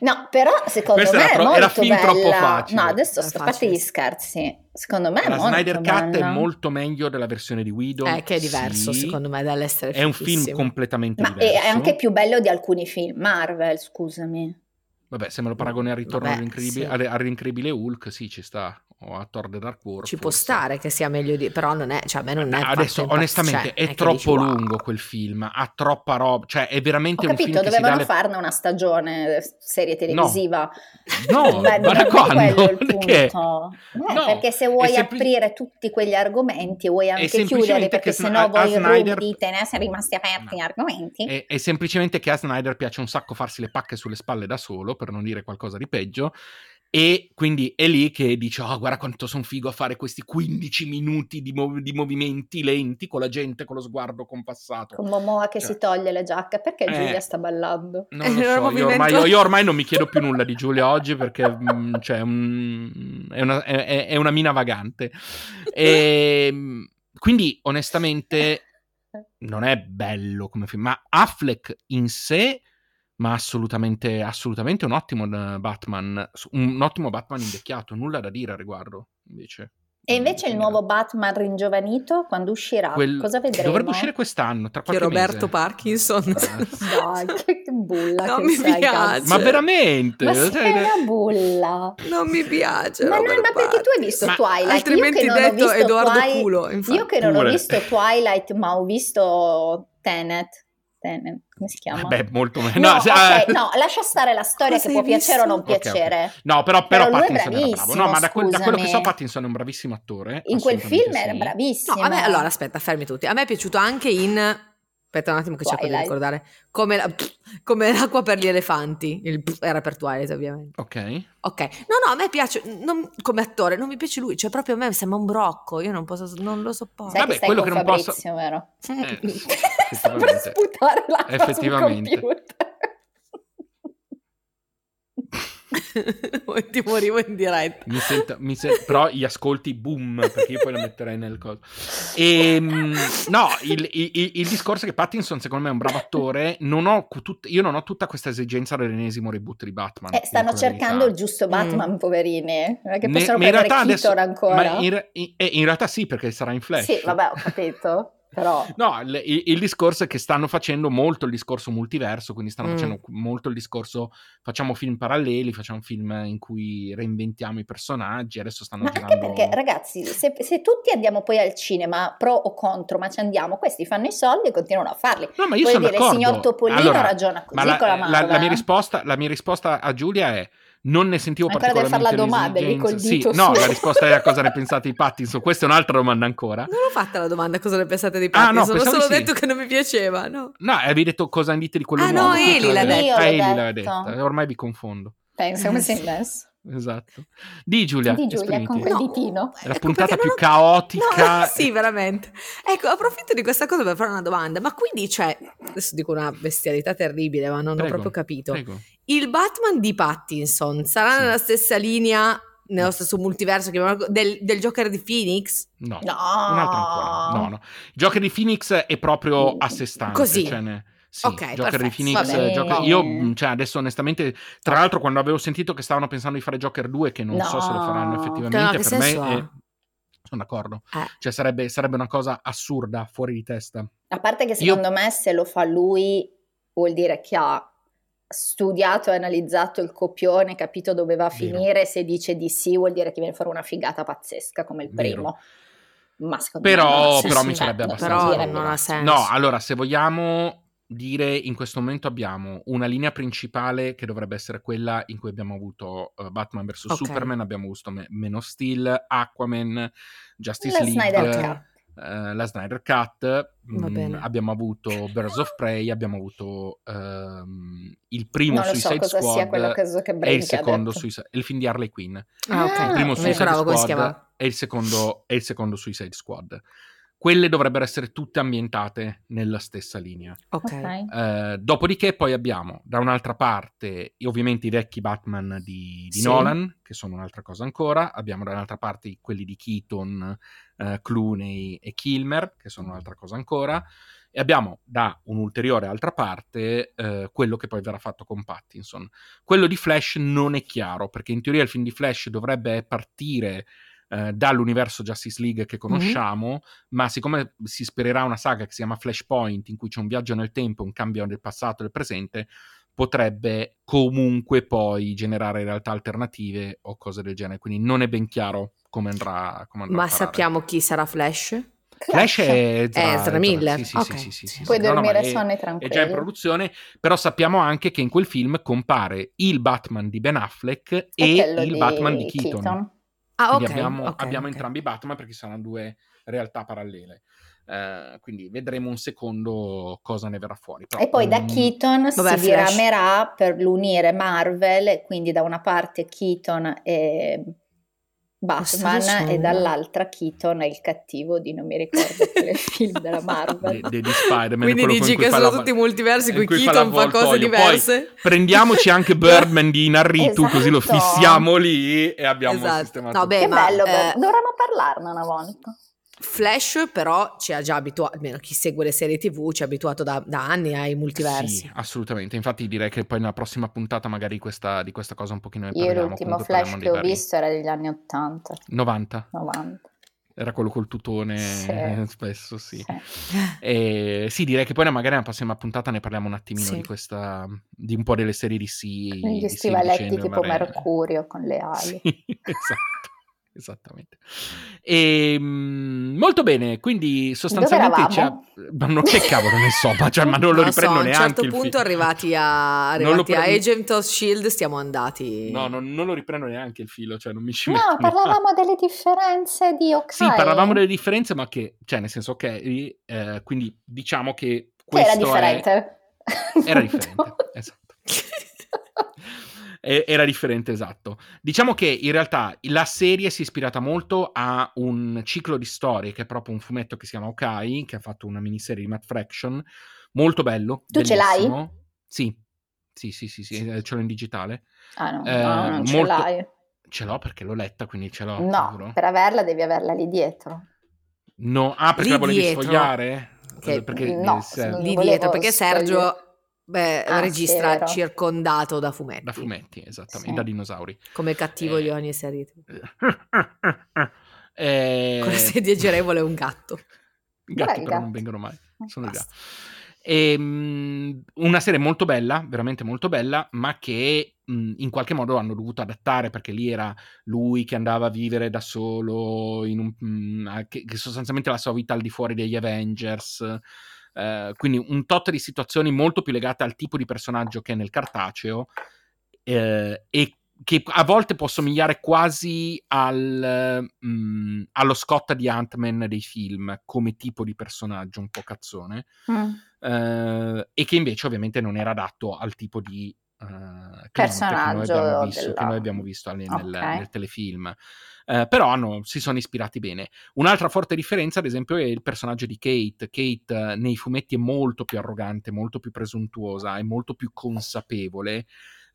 [SPEAKER 3] No, però secondo
[SPEAKER 2] Questa
[SPEAKER 3] me
[SPEAKER 2] era
[SPEAKER 3] è
[SPEAKER 2] tro-
[SPEAKER 3] molto
[SPEAKER 2] era fin
[SPEAKER 3] bella.
[SPEAKER 2] troppo facile.
[SPEAKER 3] No, adesso
[SPEAKER 1] Era
[SPEAKER 3] sto-
[SPEAKER 1] facile.
[SPEAKER 3] a parte gli scherzi. Secondo me è
[SPEAKER 2] La
[SPEAKER 3] molto
[SPEAKER 2] Snyder Cut è
[SPEAKER 3] bella.
[SPEAKER 2] molto meglio della versione di Widow.
[SPEAKER 1] Eh, che è diverso,
[SPEAKER 2] sì.
[SPEAKER 1] secondo me, dall'essere
[SPEAKER 2] È un film
[SPEAKER 1] fighissimo.
[SPEAKER 2] completamente
[SPEAKER 3] Ma è-
[SPEAKER 2] diverso.
[SPEAKER 3] è anche più bello di alcuni film Marvel, scusami.
[SPEAKER 2] Vabbè, se me lo paragoni al ritorno
[SPEAKER 1] Vabbè,
[SPEAKER 2] all'incredibile,
[SPEAKER 1] sì.
[SPEAKER 2] al- all'incredibile Hulk, sì, ci sta. O a Thor The Dark World.
[SPEAKER 1] Ci può
[SPEAKER 2] forse.
[SPEAKER 1] stare che sia meglio di... Però non è... Cioè, a me non è...
[SPEAKER 2] Adesso,
[SPEAKER 1] fatto impazz-
[SPEAKER 2] onestamente,
[SPEAKER 1] cioè,
[SPEAKER 2] è
[SPEAKER 1] che
[SPEAKER 2] troppo
[SPEAKER 1] dici, wow.
[SPEAKER 2] lungo quel film. Ha troppa roba. Cioè, è veramente
[SPEAKER 3] Ho
[SPEAKER 2] un film
[SPEAKER 3] capito,
[SPEAKER 2] che si dà
[SPEAKER 3] dovevano
[SPEAKER 2] le-
[SPEAKER 3] farne una stagione eh, serie televisiva.
[SPEAKER 2] No,
[SPEAKER 3] Beh,
[SPEAKER 2] ma da
[SPEAKER 3] non è
[SPEAKER 2] quando?
[SPEAKER 3] quello il
[SPEAKER 2] Perché?
[SPEAKER 3] punto. Eh,
[SPEAKER 2] No,
[SPEAKER 3] perché se vuoi
[SPEAKER 2] è sempli-
[SPEAKER 3] aprire tutti quegli argomenti vuoi anche chiuderli,
[SPEAKER 2] semplicemente
[SPEAKER 3] perché
[SPEAKER 2] che
[SPEAKER 3] se
[SPEAKER 2] a-
[SPEAKER 3] no
[SPEAKER 2] a
[SPEAKER 3] voi
[SPEAKER 2] Snyder-
[SPEAKER 3] rubite, ne siete rimasti aperti gli
[SPEAKER 2] No.
[SPEAKER 3] argomenti.
[SPEAKER 2] E, e semplicemente che a Snyder piace un sacco farsi le pacche sulle spalle da solo, per non dire qualcosa di peggio. E quindi è lì che dice: Oh, guarda quanto sono figo a fare questi 15 minuti di, mov- di movimenti lenti con la gente con lo sguardo compassato.
[SPEAKER 3] Con Momoa che
[SPEAKER 2] Cioè-
[SPEAKER 3] si toglie le giacche, perché
[SPEAKER 2] Eh.
[SPEAKER 3] Giulia sta ballando?
[SPEAKER 2] Non lo
[SPEAKER 1] Era
[SPEAKER 2] so, io
[SPEAKER 1] movimento-
[SPEAKER 2] ormai, io- io ormai non mi chiedo più nulla di Giulia oggi perché mm, cioè, mm, è, una, è- è- è una mina vagante. E, mm, quindi, onestamente, non è bello come film, ma Affleck in sé, ma assolutamente, assolutamente un ottimo eh, Batman, s- un ottimo Batman invecchiato, nulla da dire a riguardo, invece. Mm,
[SPEAKER 3] E invece il nuovo Batman ringiovanito quando uscirà?
[SPEAKER 2] Quel-
[SPEAKER 3] Cosa vedremo?
[SPEAKER 2] Dovrebbe uscire quest'anno, tra
[SPEAKER 1] Che
[SPEAKER 2] qualche
[SPEAKER 1] Roberto
[SPEAKER 2] mese.
[SPEAKER 1] Parkinson...
[SPEAKER 3] Dai, che, che bulla
[SPEAKER 1] Non
[SPEAKER 3] che
[SPEAKER 1] mi
[SPEAKER 3] sei,
[SPEAKER 1] piace.
[SPEAKER 2] Ma
[SPEAKER 1] Cioè-
[SPEAKER 2] veramente?
[SPEAKER 3] Ma
[SPEAKER 2] Cioè,
[SPEAKER 3] sei una bulla.
[SPEAKER 1] Non mi piace.
[SPEAKER 3] Ma, no,
[SPEAKER 1] Robert
[SPEAKER 3] ma perché tu hai visto
[SPEAKER 2] Ma-
[SPEAKER 1] Pattinson.
[SPEAKER 3] Twilight?
[SPEAKER 1] Altrimenti
[SPEAKER 3] io che non ho
[SPEAKER 1] detto
[SPEAKER 3] visto
[SPEAKER 1] Edoardo
[SPEAKER 3] Twilight-
[SPEAKER 1] Culo. Infatti.
[SPEAKER 3] Io che non
[SPEAKER 2] Pure.
[SPEAKER 3] ho visto Twilight, ma ho visto Tenet. Tenet, come si chiama?
[SPEAKER 2] eh, Beh, molto meno.
[SPEAKER 3] no,
[SPEAKER 2] No, se-
[SPEAKER 3] ok,
[SPEAKER 2] ah,
[SPEAKER 3] no, lascia stare la storia
[SPEAKER 1] Cosa
[SPEAKER 3] che può
[SPEAKER 1] hai visto?
[SPEAKER 3] piacere o non
[SPEAKER 2] Ok, ok.
[SPEAKER 3] piacere.
[SPEAKER 2] no, però, però,
[SPEAKER 3] però lui è
[SPEAKER 2] Pattinson era bravo. No,
[SPEAKER 3] bravissimo,
[SPEAKER 2] ma da, quel- da quello che so,
[SPEAKER 3] scusami.
[SPEAKER 2] Pattinson è un bravissimo attore.
[SPEAKER 3] In quel film
[SPEAKER 2] assolutamente
[SPEAKER 3] era
[SPEAKER 2] Ah, sì.
[SPEAKER 1] No,
[SPEAKER 3] bravissimo.
[SPEAKER 1] a me, allora aspetta, fermi tutti. A me è piaciuto anche in. Aspetta un attimo che cerco di
[SPEAKER 3] Twilight.
[SPEAKER 1] ricordare. Come, la- come l'acqua per gli elefanti. Il era per Twilight, ovviamente.
[SPEAKER 3] Eh,
[SPEAKER 2] Ok.
[SPEAKER 1] Ok. No, no, a me piace. non- come attore, non mi piace lui. Cioè, proprio a me sembra un brocco. Io non posso. Non lo sopporto.
[SPEAKER 3] Sai
[SPEAKER 2] Vabbè,
[SPEAKER 3] che stai
[SPEAKER 2] quello
[SPEAKER 3] con
[SPEAKER 2] che non posso-
[SPEAKER 3] Fabrizio, vero?
[SPEAKER 2] Eh, sì,
[SPEAKER 3] Sto per
[SPEAKER 2] effettivamente.
[SPEAKER 3] sputare la cosa sul
[SPEAKER 2] Effettivamente.
[SPEAKER 3] computer.
[SPEAKER 1] Ti morivo in diretta.
[SPEAKER 2] Mi sento, mi se- però gli ascolti boom perché io poi la metterei nel coso. Ehm, no, il, il- il- il discorso è che Pattinson, secondo me, è un bravo attore. Non ho cu- tut- io non ho tutta questa esigenza dell'ennesimo reboot di Batman.
[SPEAKER 3] Eh, stanno
[SPEAKER 2] dico la
[SPEAKER 3] cercando il
[SPEAKER 2] verità.
[SPEAKER 3] giusto Batman, poverini. Non è che
[SPEAKER 2] Ne-
[SPEAKER 3] possono
[SPEAKER 2] ma in
[SPEAKER 3] prendere Keaton
[SPEAKER 2] realtà adesso-
[SPEAKER 3] ancora.
[SPEAKER 2] Ma in, re- in- eh, in realtà sì, perché sarà in Flash.
[SPEAKER 3] Sì, vabbè, ho capito. Però
[SPEAKER 2] No, il, il- il discorso è che stanno facendo molto il discorso multiverso, quindi stanno
[SPEAKER 1] Mm.
[SPEAKER 2] facendo molto il discorso facciamo film paralleli, facciamo film in cui reinventiamo i personaggi, adesso stanno
[SPEAKER 3] Ma anche
[SPEAKER 2] girando...
[SPEAKER 3] perché, ragazzi, se, se tutti andiamo poi al cinema, pro o contro, ma ci andiamo, questi fanno i soldi e continuano a farli.
[SPEAKER 2] No, ma io
[SPEAKER 3] Vuol
[SPEAKER 2] sono
[SPEAKER 3] dire, il
[SPEAKER 2] d'accordo.
[SPEAKER 3] signor Topolino
[SPEAKER 2] Allora,
[SPEAKER 3] ragiona così
[SPEAKER 2] ma la, eh,
[SPEAKER 3] con la
[SPEAKER 2] la-
[SPEAKER 3] mano. eh.
[SPEAKER 2] la mia risposta, la mia risposta a Giulia è non ne sentivo
[SPEAKER 3] Ancora deve
[SPEAKER 2] particolarmente
[SPEAKER 3] far la domanda, lì
[SPEAKER 2] l'esigenza.
[SPEAKER 3] col
[SPEAKER 2] Sì,
[SPEAKER 3] dito
[SPEAKER 2] no,
[SPEAKER 3] su.
[SPEAKER 2] la risposta è a cosa ne pensate di Pattinson, questa è un'altra domanda ancora.
[SPEAKER 1] Non ho fatta la domanda cosa ne pensate di
[SPEAKER 2] Ah, no,
[SPEAKER 1] Pattinson. ho
[SPEAKER 2] pensavo
[SPEAKER 1] solo
[SPEAKER 2] di sì.
[SPEAKER 1] detto che non mi piaceva. No.
[SPEAKER 2] No, avevi detto cosa dite di quello
[SPEAKER 1] Ah,
[SPEAKER 2] nuovo?
[SPEAKER 1] no, Eli l'ha
[SPEAKER 2] Ah,
[SPEAKER 1] detto.
[SPEAKER 3] Io l'ho
[SPEAKER 2] Eli l'aveva
[SPEAKER 3] detto.
[SPEAKER 2] detta, ormai vi confondo.
[SPEAKER 3] Pensa come sei messo.
[SPEAKER 2] Esatto. Di Giulia,
[SPEAKER 3] Di Giulia,
[SPEAKER 2] esprimiti.
[SPEAKER 3] con quel eh,
[SPEAKER 1] No.
[SPEAKER 3] ditino.
[SPEAKER 2] È la
[SPEAKER 1] Ecco,
[SPEAKER 2] puntata
[SPEAKER 1] perché
[SPEAKER 2] più
[SPEAKER 1] non ho-
[SPEAKER 2] caotica.
[SPEAKER 1] No, sì, veramente. Ecco, approfitto di questa cosa per fare una domanda. Ma quindi c'è, adesso dico una bestialità terribile, ma non
[SPEAKER 2] Prego,
[SPEAKER 1] ho proprio capito.
[SPEAKER 2] Prego.
[SPEAKER 1] Il Batman di Pattinson sarà
[SPEAKER 2] Sì.
[SPEAKER 1] nella stessa linea, nello stesso multiverso chiamiamolo- del, del Joker di Phoenix?
[SPEAKER 2] No.
[SPEAKER 3] No.
[SPEAKER 2] Un altro
[SPEAKER 1] Ah.
[SPEAKER 2] ancora. No, no. Joker di Phoenix è proprio a sé stante.
[SPEAKER 1] Così.
[SPEAKER 2] Cioè ne- sì,
[SPEAKER 1] Ok,
[SPEAKER 2] Joker
[SPEAKER 1] perfetto,
[SPEAKER 2] di Phoenix. eh,
[SPEAKER 1] va bene.
[SPEAKER 2] Joker- Io, mh, cioè, adesso onestamente, tra l'altro, quando avevo sentito che stavano pensando di fare Joker 2, che non
[SPEAKER 3] No.
[SPEAKER 2] so se lo faranno
[SPEAKER 3] No,
[SPEAKER 2] effettivamente,
[SPEAKER 1] che
[SPEAKER 2] per me
[SPEAKER 1] senso
[SPEAKER 2] è-
[SPEAKER 1] ha?
[SPEAKER 2] sono d'accordo.
[SPEAKER 1] Eh.
[SPEAKER 2] Cioè sarebbe, sarebbe una cosa assurda, fuori di testa.
[SPEAKER 3] A parte che secondo me se lo fa lui vuol dire che ha studiato e analizzato il copione, capito dove va a
[SPEAKER 2] Vero.
[SPEAKER 3] finire, se dice di sì vuol dire che viene a fare una figata pazzesca come il
[SPEAKER 2] Vero.
[SPEAKER 3] primo. Ma secondo me non ha
[SPEAKER 2] Però,
[SPEAKER 1] sì,
[SPEAKER 3] senso.
[SPEAKER 2] però
[SPEAKER 1] sì,
[SPEAKER 2] mi sarebbe
[SPEAKER 3] Certo,
[SPEAKER 2] abbastanza.
[SPEAKER 1] però
[SPEAKER 2] paura.
[SPEAKER 1] non ha senso.
[SPEAKER 2] No, allora, se vogliamo dire in questo momento abbiamo una linea principale che dovrebbe essere quella in cui abbiamo avuto eh, Batman vs
[SPEAKER 1] Ok.
[SPEAKER 2] Superman, abbiamo avuto Me- Man of Steel, Aquaman, Justice
[SPEAKER 3] La
[SPEAKER 2] League,
[SPEAKER 3] Snyder
[SPEAKER 1] Ok.
[SPEAKER 3] Cut.
[SPEAKER 2] eh, la Snyder Cut,
[SPEAKER 1] Va
[SPEAKER 2] mm,
[SPEAKER 1] bene.
[SPEAKER 2] abbiamo avuto Birds of Prey, abbiamo avuto ehm, il primo
[SPEAKER 3] Non lo so
[SPEAKER 2] Suicide
[SPEAKER 3] cosa
[SPEAKER 2] Squad
[SPEAKER 3] sia quello che, che
[SPEAKER 2] e il
[SPEAKER 3] Brink ha
[SPEAKER 2] secondo
[SPEAKER 3] detto.
[SPEAKER 2] Suicide, il film di Harley Quinn.
[SPEAKER 1] Ah, ok.
[SPEAKER 3] Ah,
[SPEAKER 2] Il primo
[SPEAKER 1] non mi
[SPEAKER 2] Suicide
[SPEAKER 1] ricordavo come si chiamava.
[SPEAKER 2] Squad e il secondo, e il secondo Suicide Squad. Quelle dovrebbero essere tutte ambientate nella stessa linea.
[SPEAKER 1] Ok.
[SPEAKER 3] Ok.
[SPEAKER 2] Eh, dopodiché poi abbiamo da un'altra parte e ovviamente i vecchi Batman di, di
[SPEAKER 1] Sì.
[SPEAKER 2] Nolan, che sono un'altra cosa ancora, abbiamo dall'altra parte quelli di Keaton, eh, Clooney e Kilmer, che sono un'altra cosa ancora, e abbiamo da un'ulteriore altra parte eh, quello che poi verrà fatto con Pattinson. Quello di Flash non è chiaro, perché in teoria il film di Flash dovrebbe partire eh, dall'universo Justice League
[SPEAKER 1] Mhm.
[SPEAKER 2] che conosciamo, ma siccome si spererà una saga che si chiama Flashpoint, in cui c'è un viaggio nel tempo, un cambio del passato e del presente, potrebbe comunque poi generare realtà alternative o cose del genere. Quindi non è ben chiaro come andrà. Come andrà a
[SPEAKER 1] Ma
[SPEAKER 2] parare.
[SPEAKER 1] sappiamo chi sarà Flash?
[SPEAKER 2] Flash è Ezra,
[SPEAKER 1] Ezra Miller.
[SPEAKER 2] Sì, sì,
[SPEAKER 1] Ok.
[SPEAKER 2] sì, sì, sì, sì.
[SPEAKER 3] Puoi
[SPEAKER 2] No, no, ma
[SPEAKER 3] dormire a
[SPEAKER 2] è-
[SPEAKER 3] sonno e
[SPEAKER 2] è
[SPEAKER 3] tranquillo.
[SPEAKER 2] già in produzione, però sappiamo anche che in quel film compare il Batman di Ben Affleck e,
[SPEAKER 3] E quello
[SPEAKER 2] il
[SPEAKER 3] di
[SPEAKER 2] Batman di Keaton.
[SPEAKER 1] Ah, ok.
[SPEAKER 2] Quindi abbiamo,
[SPEAKER 1] ok,
[SPEAKER 2] abbiamo
[SPEAKER 1] ok.
[SPEAKER 2] entrambi Batman perché saranno due realtà parallele. Eh, quindi vedremo un secondo cosa ne verrà fuori. Però,
[SPEAKER 3] E poi da
[SPEAKER 2] mm,
[SPEAKER 3] Keaton
[SPEAKER 1] Vabbè,
[SPEAKER 3] si
[SPEAKER 1] Flash.
[SPEAKER 3] diramerà per l'unire Marvel, e quindi da una parte Keaton e
[SPEAKER 1] sta
[SPEAKER 3] Batman
[SPEAKER 1] dicendo?
[SPEAKER 3] e dall'altra Keaton è il cattivo di non mi ricordo quel film della Marvel.
[SPEAKER 1] Eh,
[SPEAKER 2] De- de- di Spider-Man,
[SPEAKER 1] Quindi
[SPEAKER 2] quello con
[SPEAKER 1] dici
[SPEAKER 2] cui
[SPEAKER 1] che
[SPEAKER 2] fa
[SPEAKER 1] sono
[SPEAKER 2] la-
[SPEAKER 1] tutti i multiversi
[SPEAKER 2] in
[SPEAKER 1] cui
[SPEAKER 2] cui fa la
[SPEAKER 1] Keaton fa cose
[SPEAKER 2] Voltoio. Poi-
[SPEAKER 1] diverse.
[SPEAKER 2] Prendiamoci anche Birdman di Narritu, così lo
[SPEAKER 3] Esatto.
[SPEAKER 2] fissiamo lì e abbiamo
[SPEAKER 1] Esatto.
[SPEAKER 2] sistemato.
[SPEAKER 1] No, beh,
[SPEAKER 3] che
[SPEAKER 1] ma,
[SPEAKER 3] bello,
[SPEAKER 1] eh,
[SPEAKER 3] dovremmo parlarne una volta.
[SPEAKER 1] Flash però ci ha già abituato, almeno chi segue le serie tv ci ha abituato da, da anni ai multiversi.
[SPEAKER 2] Sì, assolutamente. Infatti direi che poi nella prossima puntata magari questa- di questa cosa un pochino ne
[SPEAKER 3] Io
[SPEAKER 2] parliamo.
[SPEAKER 3] l'ultimo
[SPEAKER 2] Comunque
[SPEAKER 3] flash
[SPEAKER 2] parliamo
[SPEAKER 3] che
[SPEAKER 2] dei
[SPEAKER 3] ho
[SPEAKER 2] vari-
[SPEAKER 3] visto era degli anni 80,
[SPEAKER 2] 90.
[SPEAKER 3] 90.
[SPEAKER 2] Era quello col tutone eh,
[SPEAKER 3] Sì.
[SPEAKER 2] spesso, sì.
[SPEAKER 3] Sì.
[SPEAKER 2] E sì, direi che poi ne- magari nella prossima puntata ne parliamo un attimino
[SPEAKER 1] Sì.
[SPEAKER 2] di questa di un po' delle serie di sì.
[SPEAKER 3] Negli stivaletti tipo Mercurio con le ali.
[SPEAKER 2] esatto, esattamente. E, mm, molto bene, quindi
[SPEAKER 3] Dove
[SPEAKER 2] sostanzialmente...
[SPEAKER 3] eravamo?
[SPEAKER 2] c'è- Ma no, che cavolo ne so, ma, cioè, ma non lo
[SPEAKER 1] Non so,
[SPEAKER 2] riprendo
[SPEAKER 1] a un
[SPEAKER 2] neanche
[SPEAKER 1] certo
[SPEAKER 2] il
[SPEAKER 1] punto
[SPEAKER 2] film.
[SPEAKER 1] arrivati a,
[SPEAKER 2] Non lo
[SPEAKER 1] arrivati a
[SPEAKER 2] prendo-
[SPEAKER 1] Agent of Shield stiamo andati.
[SPEAKER 2] No, non, non lo riprendo neanche il filo, cioè non mi ci metto
[SPEAKER 3] No,
[SPEAKER 2] neanche.
[SPEAKER 3] parlavamo delle differenze di ok.
[SPEAKER 2] Sì, parlavamo delle differenze, ma che, cioè, nel senso, ok, eh, quindi diciamo che
[SPEAKER 3] Che era
[SPEAKER 2] questo è-
[SPEAKER 3] differente.
[SPEAKER 2] era differente, esatto. E- Era differente, esatto. Diciamo che in realtà la serie si è ispirata molto a un ciclo di storie che è proprio un fumetto che si chiama Okai, che ha fatto una miniserie di Matt Fraction, molto bello.
[SPEAKER 3] Tu ce l'hai?
[SPEAKER 2] bellissimo. Sì. Sì, sì, sì, sì, eh, ce l'ho in digitale.
[SPEAKER 3] ah, no,
[SPEAKER 2] Eh,
[SPEAKER 3] no, non ce
[SPEAKER 2] molto-
[SPEAKER 3] l'hai.
[SPEAKER 2] Ce l'ho perché l'ho letta, quindi ce l'ho.
[SPEAKER 3] No,
[SPEAKER 2] sicuro.
[SPEAKER 3] per averla devi averla lì dietro.
[SPEAKER 2] No, ah, perché
[SPEAKER 1] Lì
[SPEAKER 2] la volevi
[SPEAKER 1] dietro.
[SPEAKER 2] sfogliare?
[SPEAKER 1] Che-
[SPEAKER 2] perché
[SPEAKER 3] no,
[SPEAKER 2] eh, se-
[SPEAKER 3] sono-
[SPEAKER 1] Lì
[SPEAKER 3] volevo
[SPEAKER 1] dietro, perché Sergio beh,
[SPEAKER 3] Ah, sì,
[SPEAKER 1] registra
[SPEAKER 3] vero.
[SPEAKER 1] circondato da fumetti,
[SPEAKER 2] da fumetti, esattamente,
[SPEAKER 3] Sì.
[SPEAKER 2] da dinosauri.
[SPEAKER 1] come cattivo
[SPEAKER 2] Eh.
[SPEAKER 1] di ogni serie. tv.
[SPEAKER 2] Eh,
[SPEAKER 1] Con la sedia girevole e un gatto.
[SPEAKER 2] Gatti
[SPEAKER 3] Dov'è il
[SPEAKER 2] però non
[SPEAKER 3] gatto?
[SPEAKER 2] vengono mai, sono i
[SPEAKER 3] Eh, Basta.
[SPEAKER 2] gatti. Ehm, una serie molto bella, veramente molto bella, ma che mh, in qualche modo hanno dovuto adattare perché lì era lui che andava a vivere da solo, in un- mh, a- che, che sostanzialmente la sua vita al di fuori degli Avengers. eh, quindi un tot di situazioni molto più legate al tipo di personaggio che è nel cartaceo eh, e che a volte può somigliare quasi al, mm, allo Scott di Ant-Man dei film come tipo di personaggio un po' cazzone
[SPEAKER 3] Mm.
[SPEAKER 2] eh, e che invece ovviamente non era adatto al tipo di eh, cliente
[SPEAKER 3] Personaggio
[SPEAKER 2] che noi abbiamo visto,
[SPEAKER 3] della-
[SPEAKER 2] che noi abbiamo visto alle- nel,
[SPEAKER 3] Ok.
[SPEAKER 2] nel telefilm. Eh, però hanno- si sono ispirati bene. Un'altra forte differenza, ad esempio, è il personaggio di Kate. Kate eh, nei fumetti è molto più arrogante, molto più presuntuosa, è molto più consapevole,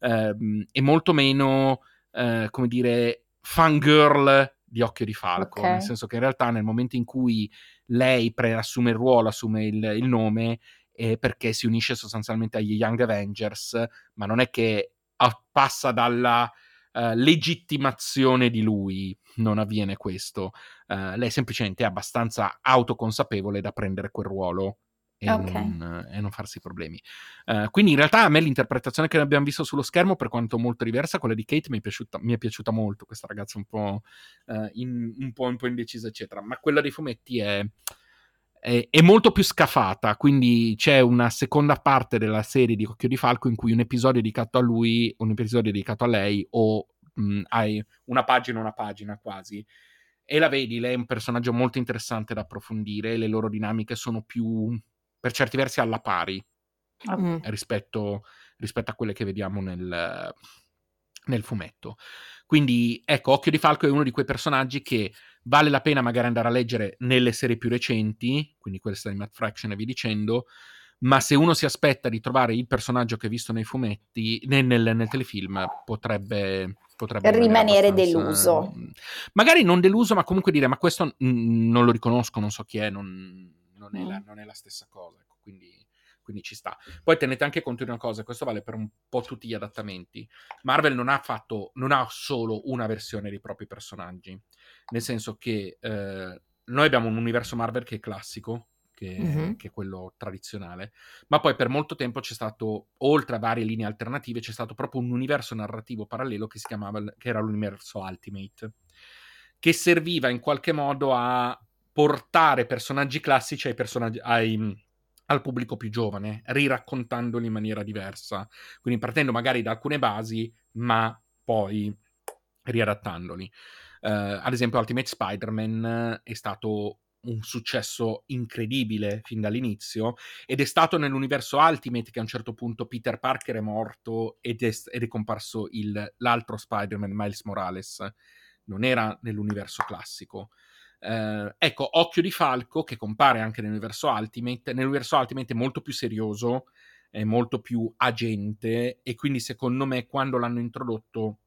[SPEAKER 2] ehm, è molto meno, eh, come dire, fangirl di Occhio di Falco,
[SPEAKER 3] Ok.
[SPEAKER 2] nel senso che in realtà nel momento in cui lei pre- assume il ruolo, assume il, il nome, eh, perché si unisce sostanzialmente agli Young Avengers, ma non è che a- passa dalla eh, legittimazione di lui, non avviene questo. Eh, lei semplicemente è abbastanza autoconsapevole da prendere quel ruolo. E,
[SPEAKER 4] Ok.
[SPEAKER 2] non, e non farsi problemi. Eh, quindi in realtà a me l'interpretazione che abbiamo visto sullo schermo, per quanto molto diversa, quella di Kate mi è piaciuta, mi è piaciuta molto, questa ragazza un po', eh, in- un, po', un po' indecisa, eccetera. Ma quella dei fumetti è, è- è molto più scafata. Quindi c'è una seconda parte della serie di Occhio di Falco in cui un episodio è dedicato a lui, un episodio è dedicato a lei, o mh, hai una pagina, una pagina quasi. E la vedi, lei è un personaggio molto interessante da approfondire. Le loro dinamiche sono più, per certi versi, alla pari
[SPEAKER 3] Ah.
[SPEAKER 1] Mm.
[SPEAKER 2] rispetto, rispetto a quelle che vediamo nel, nel fumetto. Quindi, ecco, Occhio di Falco è uno di quei personaggi che vale la pena magari andare a leggere nelle serie più recenti, quindi questa di Matt Fraction e vi dicendo, ma se uno si aspetta di trovare il personaggio che è visto nei fumetti, ne- nel, nel telefilm, potrebbe... potrebbe
[SPEAKER 3] Rimanere
[SPEAKER 2] abbastanza- Magari non deluso, ma comunque dire, ma questo mm, non lo riconosco, non so chi è, non, non è, la, non è la stessa cosa. Ecco, quindi, quindi ci sta. Poi tenete anche conto di una cosa, questo vale per un po' tutti gli adattamenti. Marvel non ha fatto, non ha solo una versione dei propri personaggi, nel senso che eh, noi abbiamo un universo Marvel che è classico, che,
[SPEAKER 1] Mhm.
[SPEAKER 2] che è quello tradizionale, ma poi per molto tempo c'è stato, oltre a varie linee alternative, c'è stato proprio un universo narrativo parallelo che si chiamava, che era l'universo Ultimate, che serviva in qualche modo a portare personaggi classici ai personaggi, ai- al pubblico più giovane, riraccontandoli in maniera diversa, quindi partendo magari da alcune basi, ma poi riadattandoli. Eh, ad esempio, Ultimate Spider-Man è stato un successo incredibile fin dall'inizio ed è stato nell'universo Ultimate che a un certo punto Peter Parker è morto ed è, ed è comparso il- l'altro Spider-Man, Miles Morales, non era nell'universo classico. Eh, ecco, Occhio di Falco, che compare anche nell'universo Ultimate, nell'universo Ultimate è molto più serioso, è molto più agente e quindi secondo me quando l'hanno introdotto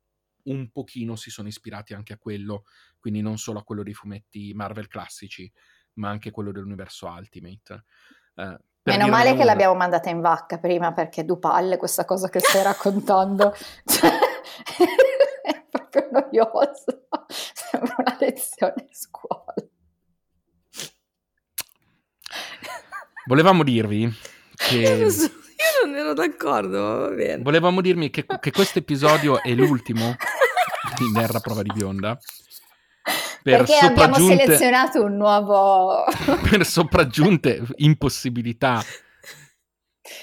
[SPEAKER 2] un pochino si sono ispirati anche a quello, quindi non solo a quello dei fumetti Marvel classici, ma anche quello dell'universo Ultimate. Eh, per
[SPEAKER 3] Meno
[SPEAKER 2] dire
[SPEAKER 3] male che
[SPEAKER 2] nulla.
[SPEAKER 3] l'abbiamo mandata in vacca prima perché Dupalle questa cosa che stai raccontando Cioè, è proprio noioso. Sembra una lezione a scuola.
[SPEAKER 2] Volevamo dirvi
[SPEAKER 1] Io,
[SPEAKER 2] che
[SPEAKER 1] non so- io non ero d'accordo, ma va bene.
[SPEAKER 2] volevamo dirmi che, che questo episodio è l'ultimo di Nerra Prova di Bionda. Per
[SPEAKER 3] perché abbiamo
[SPEAKER 2] sopraggiunte-
[SPEAKER 3] selezionato un nuovo
[SPEAKER 2] per sopraggiunte impossibilità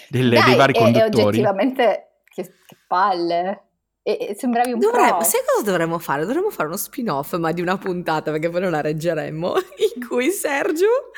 [SPEAKER 2] delle-
[SPEAKER 3] Dai,
[SPEAKER 2] dei vari
[SPEAKER 3] e- e
[SPEAKER 2] conduttori.
[SPEAKER 3] oggettivamente che, che palle. E, e sembravi un
[SPEAKER 1] Dovremmo,
[SPEAKER 3] pro.
[SPEAKER 1] sai cosa dovremmo fare? Dovremmo fare uno spin-off, ma di una puntata, perché poi non la reggeremmo, in cui Sergio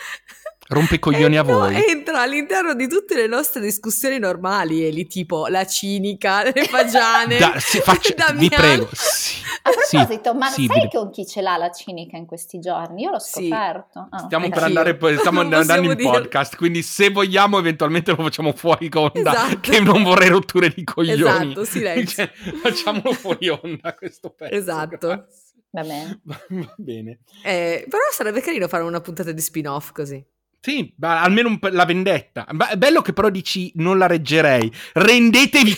[SPEAKER 2] Rompe i coglioni a
[SPEAKER 1] entra-
[SPEAKER 2] voi.
[SPEAKER 1] entra all'interno di tutte le nostre discussioni normali, e lì tipo la cinica, le fagiane,
[SPEAKER 2] Da- sì, faccia- vi
[SPEAKER 1] Damiano.
[SPEAKER 2] prego. Sì,
[SPEAKER 3] A
[SPEAKER 2] sì,
[SPEAKER 3] proposito, ma
[SPEAKER 2] sì,
[SPEAKER 3] sai
[SPEAKER 2] vi-
[SPEAKER 3] con chi ce l'ha la cinica in questi giorni? Io l'ho
[SPEAKER 1] Sì.
[SPEAKER 3] scoperto. Ah,
[SPEAKER 2] Stiamo
[SPEAKER 3] ok.
[SPEAKER 2] per andare, poi- stiamo
[SPEAKER 1] Non
[SPEAKER 2] andando
[SPEAKER 1] possiamo
[SPEAKER 2] in
[SPEAKER 1] dire.
[SPEAKER 2] podcast, quindi se vogliamo eventualmente lo facciamo fuori con onda,
[SPEAKER 1] Esatto.
[SPEAKER 2] che non vorrei rotture di coglioni.
[SPEAKER 1] Esatto, silenzio.
[SPEAKER 2] Cioè, facciamolo fuori onda questo pezzo.
[SPEAKER 1] Esatto.
[SPEAKER 2] grazie.
[SPEAKER 3] Va bene.
[SPEAKER 2] Va, va bene.
[SPEAKER 1] Eh, però sarebbe carino fare una puntata di spin-off così.
[SPEAKER 2] Sì, ma almeno un pe- la vendetta. Ma è bello che però dici non la reggerei. Rendetevi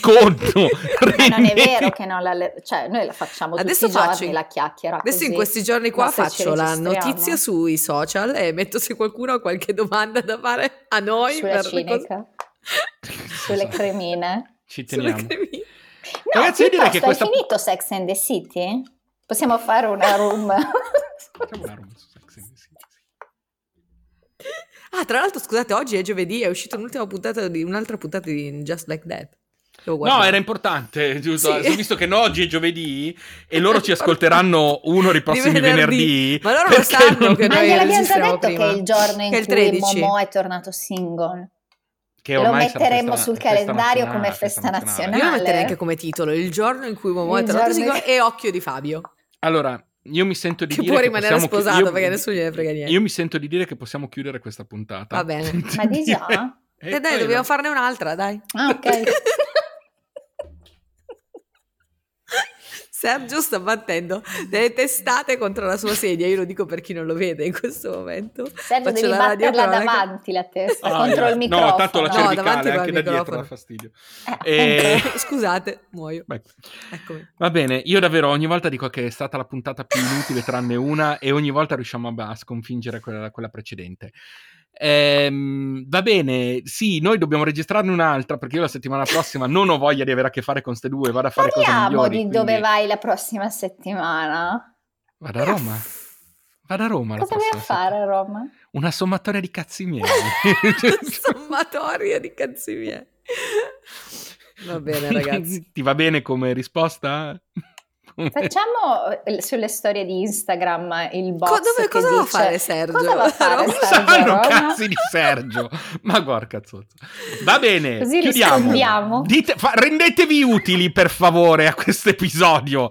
[SPEAKER 2] conto.
[SPEAKER 3] Ma non è
[SPEAKER 2] rendetevi-
[SPEAKER 3] vero che non la... le- Cioè, noi la facciamo
[SPEAKER 1] Adesso
[SPEAKER 3] tutti i giorni
[SPEAKER 1] faccio in-
[SPEAKER 3] la chiacchiera
[SPEAKER 1] Adesso
[SPEAKER 3] così.
[SPEAKER 1] in questi giorni qua
[SPEAKER 3] Ma se ci
[SPEAKER 1] faccio la
[SPEAKER 3] registriamo?
[SPEAKER 1] notizia sui social e metto se qualcuno ha qualche domanda da fare a noi
[SPEAKER 3] Sulla
[SPEAKER 1] per le cose-
[SPEAKER 3] cinica, sulle cremine.
[SPEAKER 2] Ci
[SPEAKER 1] sulle
[SPEAKER 2] teniamo.
[SPEAKER 1] cremine.
[SPEAKER 3] No,
[SPEAKER 2] Ragazzi, io direi che questa-
[SPEAKER 3] piuttosto, Hai finito Sex and the City? Possiamo fare una room?
[SPEAKER 2] Facciamo una roba su Sex and the City, sì.
[SPEAKER 1] Ah, tra l'altro, scusate, oggi è giovedì, è uscita un'ultima puntata di un'altra puntata di Just Like That. Devo
[SPEAKER 2] No,
[SPEAKER 1] guardare.
[SPEAKER 2] era importante, giusto?
[SPEAKER 1] Sì.
[SPEAKER 2] Adesso, Visto che no, oggi è giovedì e loro ci ascolteranno uno dei prossimi
[SPEAKER 1] Di venerdì.
[SPEAKER 2] venerdì.
[SPEAKER 1] Ma loro lo
[SPEAKER 2] perché
[SPEAKER 1] sanno
[SPEAKER 2] non-
[SPEAKER 1] che
[SPEAKER 3] Ma
[SPEAKER 1] noi
[SPEAKER 3] gliel'abbiamo già
[SPEAKER 1] registriamo
[SPEAKER 3] detto
[SPEAKER 1] prima.
[SPEAKER 3] che è il giorno in
[SPEAKER 1] Che è il
[SPEAKER 3] cui
[SPEAKER 1] 13.
[SPEAKER 3] Momo è tornato single.
[SPEAKER 2] che
[SPEAKER 3] Lo
[SPEAKER 2] ormai sarà
[SPEAKER 3] metteremo
[SPEAKER 2] festa-
[SPEAKER 3] sul
[SPEAKER 2] festa
[SPEAKER 3] calendario
[SPEAKER 2] nazionale,
[SPEAKER 3] come festa
[SPEAKER 1] Io lo
[SPEAKER 3] nazionale.
[SPEAKER 1] metterei anche come titolo: Il giorno in cui Momo è
[SPEAKER 3] Il
[SPEAKER 1] tornato
[SPEAKER 3] giorno in
[SPEAKER 1] single e Occhio di Fabio.
[SPEAKER 2] Allora, io mi sento di
[SPEAKER 1] Che
[SPEAKER 2] dire
[SPEAKER 1] può
[SPEAKER 2] che
[SPEAKER 1] rimanere
[SPEAKER 2] possiamo chi-
[SPEAKER 1] sposato,
[SPEAKER 2] io-
[SPEAKER 1] perché nessuno gliene frega niente.
[SPEAKER 2] Io mi sento di dire che possiamo chiudere questa puntata.
[SPEAKER 1] Va bene.
[SPEAKER 3] Ma di già?
[SPEAKER 1] E Eh, dai, dobbiamo farne un'altra, dai.
[SPEAKER 3] Ah, ok.
[SPEAKER 1] Sergio sta battendo delle testate contro la sua sedia. Io lo dico per chi non lo vede in questo momento.
[SPEAKER 3] Sergio, devi batterla davanti la testa
[SPEAKER 2] Ah,
[SPEAKER 3] contro
[SPEAKER 2] eh,
[SPEAKER 3] il microfono.
[SPEAKER 2] No, tanto la
[SPEAKER 1] No,
[SPEAKER 2] cervicale
[SPEAKER 1] davanti va il
[SPEAKER 2] anche da dietro
[SPEAKER 1] microfono.
[SPEAKER 2] dà fastidio.
[SPEAKER 3] Eh,
[SPEAKER 2] Eh,
[SPEAKER 1] Scusate, muoio.
[SPEAKER 2] beh,
[SPEAKER 3] Ecco.
[SPEAKER 1] Eccomi.
[SPEAKER 2] va bene, io davvero ogni volta dico che è stata la puntata più inutile tranne una e ogni volta riusciamo a, a sconfiggere quella, quella precedente. Ehm, va bene, sì, noi dobbiamo registrarne un'altra perché io la settimana prossima non ho voglia di avere a che fare con ste due, vado a fare cose
[SPEAKER 3] Parliamo
[SPEAKER 2] migliori.
[SPEAKER 3] di
[SPEAKER 2] quindi
[SPEAKER 3] dove vai la prossima settimana.
[SPEAKER 2] Vado a Roma. Vado a Roma la
[SPEAKER 3] Cosa vai a
[SPEAKER 2] prossima
[SPEAKER 3] fare a
[SPEAKER 2] settimana.
[SPEAKER 3] Roma?
[SPEAKER 2] Una sommatoria di cazzi miei.
[SPEAKER 1] Sommatoria di cazzi miei. Va bene, ragazzi.
[SPEAKER 2] Ti va bene come risposta?
[SPEAKER 3] Facciamo eh, sulle storie di Instagram il box
[SPEAKER 1] Co- dove-
[SPEAKER 3] che
[SPEAKER 1] cosa
[SPEAKER 3] dice,
[SPEAKER 1] va a fare Sergio?
[SPEAKER 3] Cosa va a fare
[SPEAKER 1] Roma?
[SPEAKER 2] Non
[SPEAKER 3] Sergio
[SPEAKER 2] sanno
[SPEAKER 3] a Roma?
[SPEAKER 2] Ah, cazzi di Sergio. Ma guarda cazzozzo. Va bene,
[SPEAKER 3] Così
[SPEAKER 2] chiudiamo.
[SPEAKER 3] rispondiamo.
[SPEAKER 2] Dite- fa- rendetevi utili per favore a questo episodio.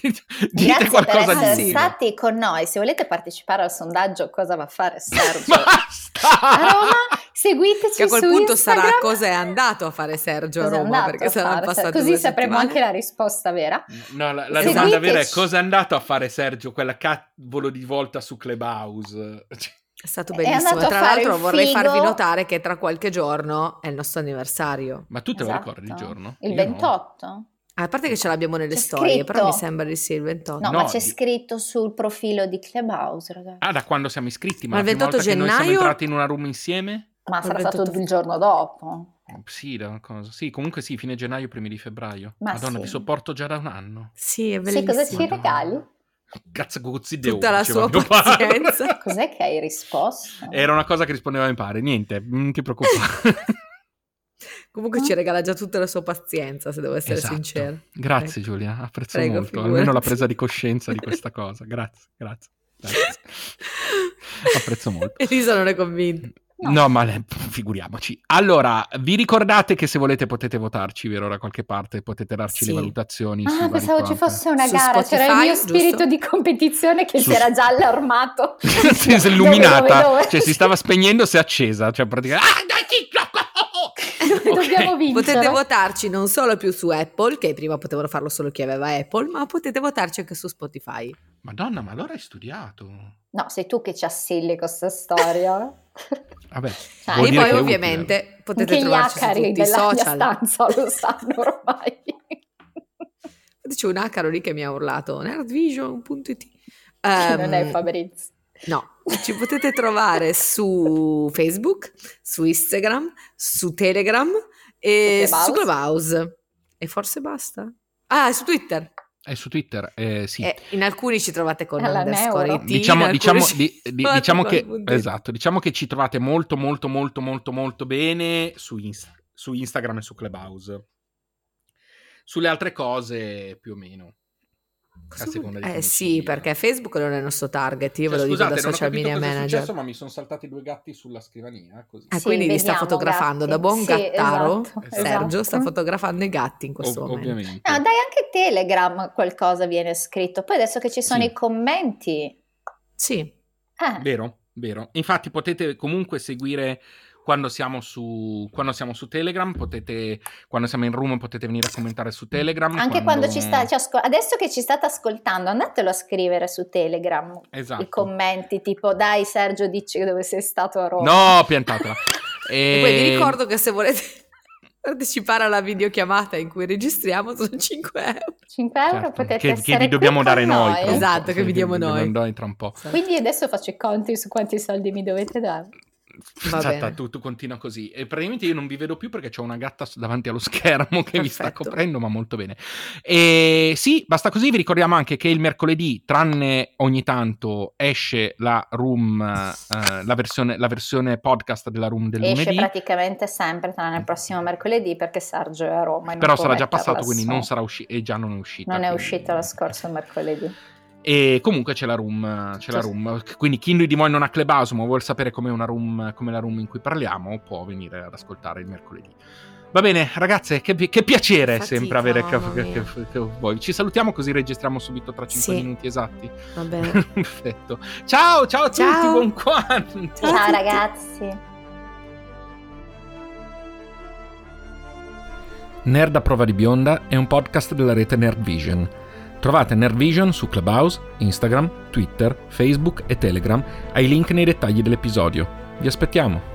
[SPEAKER 2] Dite
[SPEAKER 3] Grazie
[SPEAKER 2] qualcosa
[SPEAKER 3] per essere
[SPEAKER 2] di utile.
[SPEAKER 3] stati con noi. Se volete partecipare al sondaggio cosa va a fare Sergio
[SPEAKER 2] Basta!
[SPEAKER 3] a Roma, seguiteci
[SPEAKER 1] Che a quel
[SPEAKER 3] su
[SPEAKER 1] punto
[SPEAKER 3] Instagram.
[SPEAKER 1] sarà cosa è andato a fare Sergio a
[SPEAKER 3] Cosa è
[SPEAKER 1] Roma,
[SPEAKER 3] andato
[SPEAKER 1] perché
[SPEAKER 3] a
[SPEAKER 1] sarà
[SPEAKER 3] fare?
[SPEAKER 1] passato
[SPEAKER 3] Così
[SPEAKER 1] due
[SPEAKER 3] sapremo
[SPEAKER 1] settimane.
[SPEAKER 3] anche la risposta vera.
[SPEAKER 2] No, la, la
[SPEAKER 1] Seguiteci.
[SPEAKER 2] domanda vera è cosa è andato a fare Sergio quella cavolo di volta su Clubhouse? Cioè,
[SPEAKER 1] È stato
[SPEAKER 3] È
[SPEAKER 1] bellissimo.
[SPEAKER 3] andato a
[SPEAKER 1] Tra
[SPEAKER 3] fare
[SPEAKER 1] l'altro
[SPEAKER 3] il
[SPEAKER 1] vorrei
[SPEAKER 3] figo.
[SPEAKER 1] farvi notare che tra qualche giorno è il nostro anniversario.
[SPEAKER 2] Ma tu te lo
[SPEAKER 3] Esatto.
[SPEAKER 2] ricordi il giorno?
[SPEAKER 3] Il
[SPEAKER 2] Io no.
[SPEAKER 3] 28?
[SPEAKER 1] A parte che ce l'abbiamo nelle
[SPEAKER 3] C'è
[SPEAKER 1] storie, però mi
[SPEAKER 3] scritto.
[SPEAKER 1] sembra di sì il 28.
[SPEAKER 3] No,
[SPEAKER 2] No,
[SPEAKER 3] ma c'è
[SPEAKER 2] di-
[SPEAKER 3] scritto sul profilo di Clubhouse, ragazzi.
[SPEAKER 2] Ah, da quando siamo iscritti? Ma,
[SPEAKER 1] Ma
[SPEAKER 2] il
[SPEAKER 1] il
[SPEAKER 2] 28
[SPEAKER 1] 28
[SPEAKER 2] gennaio... siamo
[SPEAKER 1] gennaio-
[SPEAKER 2] entrati in una room insieme?
[SPEAKER 3] Ma sarà
[SPEAKER 1] Vabbè,
[SPEAKER 3] stato
[SPEAKER 1] tutto-
[SPEAKER 3] il giorno dopo.
[SPEAKER 2] Sì, da una cosa. Sì, comunque sì, fine gennaio, primi di febbraio.
[SPEAKER 3] Ma
[SPEAKER 2] Madonna,
[SPEAKER 3] sì.
[SPEAKER 2] vi sopporto già da un anno.
[SPEAKER 1] Sì, è
[SPEAKER 3] Sì,
[SPEAKER 1] bellissimo.
[SPEAKER 3] cosa ci
[SPEAKER 2] Madonna.
[SPEAKER 3] regali?
[SPEAKER 2] Cazzo guzzi Deo,
[SPEAKER 1] Tutta la
[SPEAKER 2] diceva
[SPEAKER 1] sua
[SPEAKER 2] mio padre.
[SPEAKER 1] pazienza.
[SPEAKER 3] Cos'è che hai risposto?
[SPEAKER 2] Era una cosa che rispondeva in pari, niente, non ti preoccupare.
[SPEAKER 1] Comunque
[SPEAKER 3] Ah.
[SPEAKER 1] ci regala già tutta la sua pazienza, se devo essere
[SPEAKER 2] Esatto.
[SPEAKER 1] sincera.
[SPEAKER 2] Grazie
[SPEAKER 1] Ecco.
[SPEAKER 2] Giulia, apprezzo
[SPEAKER 1] Prego,
[SPEAKER 2] molto,
[SPEAKER 1] figurati.
[SPEAKER 2] almeno la presa di coscienza di questa cosa. Grazie, grazie. Dai. Esatto. Apprezzo molto.
[SPEAKER 1] Elisa non è convinta.
[SPEAKER 2] No,
[SPEAKER 3] No.
[SPEAKER 2] ma le- figuriamoci. Allora, vi ricordate che se volete potete votarci, vero, da qualche parte, potete darci le
[SPEAKER 1] Sì.
[SPEAKER 2] valutazioni. sui
[SPEAKER 3] Ah,
[SPEAKER 2] vari
[SPEAKER 3] pensavo ci
[SPEAKER 2] quant-
[SPEAKER 3] fosse una
[SPEAKER 1] Su
[SPEAKER 3] gara, c'era il
[SPEAKER 1] Spotify,
[SPEAKER 3] mio
[SPEAKER 1] giusto?
[SPEAKER 3] spirito di competizione che
[SPEAKER 2] Su-
[SPEAKER 3] si era già allarmato.
[SPEAKER 2] si è illuminata,
[SPEAKER 3] Dove, dove, dove?
[SPEAKER 2] cioè si stava spegnendo, si è accesa, cioè praticamente... Ah, dai, chi-
[SPEAKER 3] Dove
[SPEAKER 2] Ok.
[SPEAKER 3] Dobbiamo vincere.
[SPEAKER 1] Potete votarci non solo più su Apple, che prima potevano farlo solo chi aveva Apple, ma potete votarci anche su Spotify.
[SPEAKER 2] Madonna, ma allora hai studiato.
[SPEAKER 3] no, sei tu che ci assilli con questa storia.
[SPEAKER 2] Vabbè,
[SPEAKER 3] Ah,
[SPEAKER 2] vuol
[SPEAKER 1] e
[SPEAKER 2] dire
[SPEAKER 1] poi
[SPEAKER 2] che è
[SPEAKER 1] ovviamente
[SPEAKER 2] utile.
[SPEAKER 1] potete
[SPEAKER 3] Anche gli
[SPEAKER 1] trovarci su
[SPEAKER 3] acari
[SPEAKER 1] tutti i
[SPEAKER 3] della mia
[SPEAKER 1] social.
[SPEAKER 3] stanza lo sanno ormai.
[SPEAKER 1] C'è un acaro lì che mi ha urlato, nerdvision.it.
[SPEAKER 3] non è
[SPEAKER 1] Ehm,
[SPEAKER 3] Fabrizio.
[SPEAKER 1] No, ci potete trovare su Facebook, su Instagram, su Telegram e
[SPEAKER 3] Su Clubhouse.
[SPEAKER 1] su Clubhouse. E forse basta. Ah, e su Twitter.
[SPEAKER 2] È su Twitter, eh, sì.
[SPEAKER 1] E in alcuni ci trovate con
[SPEAKER 3] Alla
[SPEAKER 1] underscore
[SPEAKER 3] Neuro.
[SPEAKER 1] IT,
[SPEAKER 2] Diciamo,
[SPEAKER 1] in alcuni
[SPEAKER 2] diciamo,
[SPEAKER 1] ci
[SPEAKER 2] di- di-
[SPEAKER 1] trovate
[SPEAKER 2] diciamo
[SPEAKER 1] con
[SPEAKER 2] che
[SPEAKER 1] punto it.
[SPEAKER 2] esatto, diciamo che ci trovate molto molto molto molto molto bene su, Inst- su Instagram e su Clubhouse. Sulle altre cose più o meno.
[SPEAKER 1] Cosa
[SPEAKER 2] a seconda di
[SPEAKER 1] vuol-
[SPEAKER 2] come
[SPEAKER 1] Eh
[SPEAKER 2] ci
[SPEAKER 1] sì,
[SPEAKER 2] dia.
[SPEAKER 1] perché Facebook non è il nostro target, io
[SPEAKER 2] Cioè,
[SPEAKER 1] ve lo dico
[SPEAKER 2] scusate,
[SPEAKER 1] da
[SPEAKER 2] non ho
[SPEAKER 1] social
[SPEAKER 2] capito
[SPEAKER 1] media
[SPEAKER 2] cosa è
[SPEAKER 1] manager.
[SPEAKER 2] successo, ma mi sono saltati due gatti sulla scrivania, così.
[SPEAKER 1] Ah,
[SPEAKER 3] Sì,
[SPEAKER 1] quindi li sta
[SPEAKER 3] vediamo,
[SPEAKER 1] fotografando da
[SPEAKER 3] gatti.
[SPEAKER 1] buon
[SPEAKER 3] Sì,
[SPEAKER 1] gattaro.
[SPEAKER 3] esatto,
[SPEAKER 1] Sergio sta
[SPEAKER 3] esatto.
[SPEAKER 1] fotografando i gatti in questo
[SPEAKER 2] Ov-
[SPEAKER 1] momento.
[SPEAKER 2] ovviamente.
[SPEAKER 3] No, dai, anche Telegram qualcosa viene scritto. Poi adesso che ci sono
[SPEAKER 2] Sì.
[SPEAKER 3] i commenti,
[SPEAKER 1] Sì.
[SPEAKER 3] eh,
[SPEAKER 2] Vero, vero. Infatti potete comunque seguire quando siamo su, quando siamo su Telegram, potete, quando siamo in room potete venire a commentare su Telegram.
[SPEAKER 3] anche quando, ci sta, cioè, ci ascol- adesso che ci state ascoltando, andatelo a scrivere su Telegram
[SPEAKER 2] Esatto.
[SPEAKER 3] i commenti tipo dai Sergio dici dove sei stato a Roma.
[SPEAKER 2] No, piantatela.
[SPEAKER 1] E poi vi
[SPEAKER 2] Eh,
[SPEAKER 1] ricordo che se volete partecipare alla videochiamata in cui registriamo sono 5 euro.
[SPEAKER 3] 5 euro
[SPEAKER 2] certo,
[SPEAKER 3] potete
[SPEAKER 2] che, che
[SPEAKER 3] essere
[SPEAKER 2] vi dobbiamo
[SPEAKER 3] qui
[SPEAKER 2] dare
[SPEAKER 3] con
[SPEAKER 2] noi. tra un po',
[SPEAKER 1] Esatto, che vi
[SPEAKER 2] vi
[SPEAKER 1] diamo
[SPEAKER 2] dobbiamo
[SPEAKER 1] noi.
[SPEAKER 2] dare tra un po'.
[SPEAKER 3] Quindi adesso faccio i conti su quanti soldi mi dovete dare.
[SPEAKER 1] Va
[SPEAKER 2] Esatto,
[SPEAKER 1] bene.
[SPEAKER 2] tu, tu continua così. E praticamente io non vi vedo più perché c'ho una gatta s- davanti allo schermo che vi sta
[SPEAKER 1] Perfetto.
[SPEAKER 2] coprendo, ma molto bene. E sì, basta così. Vi ricordiamo anche che il mercoledì, tranne ogni tanto, esce la room, eh, la, versione, la versione podcast della room del
[SPEAKER 3] Esce
[SPEAKER 2] lunedì.
[SPEAKER 3] praticamente sempre tranne il prossimo mercoledì perché Sergio è a Roma. e non
[SPEAKER 2] Però
[SPEAKER 3] può
[SPEAKER 2] sarà già
[SPEAKER 3] metterla
[SPEAKER 2] passato, quindi
[SPEAKER 3] su.
[SPEAKER 2] non sarà uscito e già non è uscita.
[SPEAKER 3] Non è
[SPEAKER 2] quindi-
[SPEAKER 3] uscito lo scorso mercoledì.
[SPEAKER 2] E comunque c'è la room, c'è la room. Quindi chi di voi non ha Clubhouse ma vuol sapere com'è, una room, com'è la room in cui parliamo può venire ad ascoltare il mercoledì. Va bene ragazze, che, pi- che piacere
[SPEAKER 1] Fatica,
[SPEAKER 2] sempre avere che,
[SPEAKER 1] mamma mia.
[SPEAKER 2] che- che- che voi. Ci salutiamo così registriamo subito tra 5
[SPEAKER 1] Sì.
[SPEAKER 2] minuti esatti.
[SPEAKER 1] Va bene.
[SPEAKER 2] Perfetto. Ciao, ciao a tutti,
[SPEAKER 1] Ciao.
[SPEAKER 2] buon quanto.
[SPEAKER 1] Ciao a
[SPEAKER 3] Ciao
[SPEAKER 1] tutti.
[SPEAKER 3] ragazzi.
[SPEAKER 2] Nerd a prova di bionda è un podcast della rete Nerd Vision. Trovate Nervision su Clubhouse, Instagram, Twitter, Facebook e Telegram ai link nei dettagli dell'episodio. Vi aspettiamo!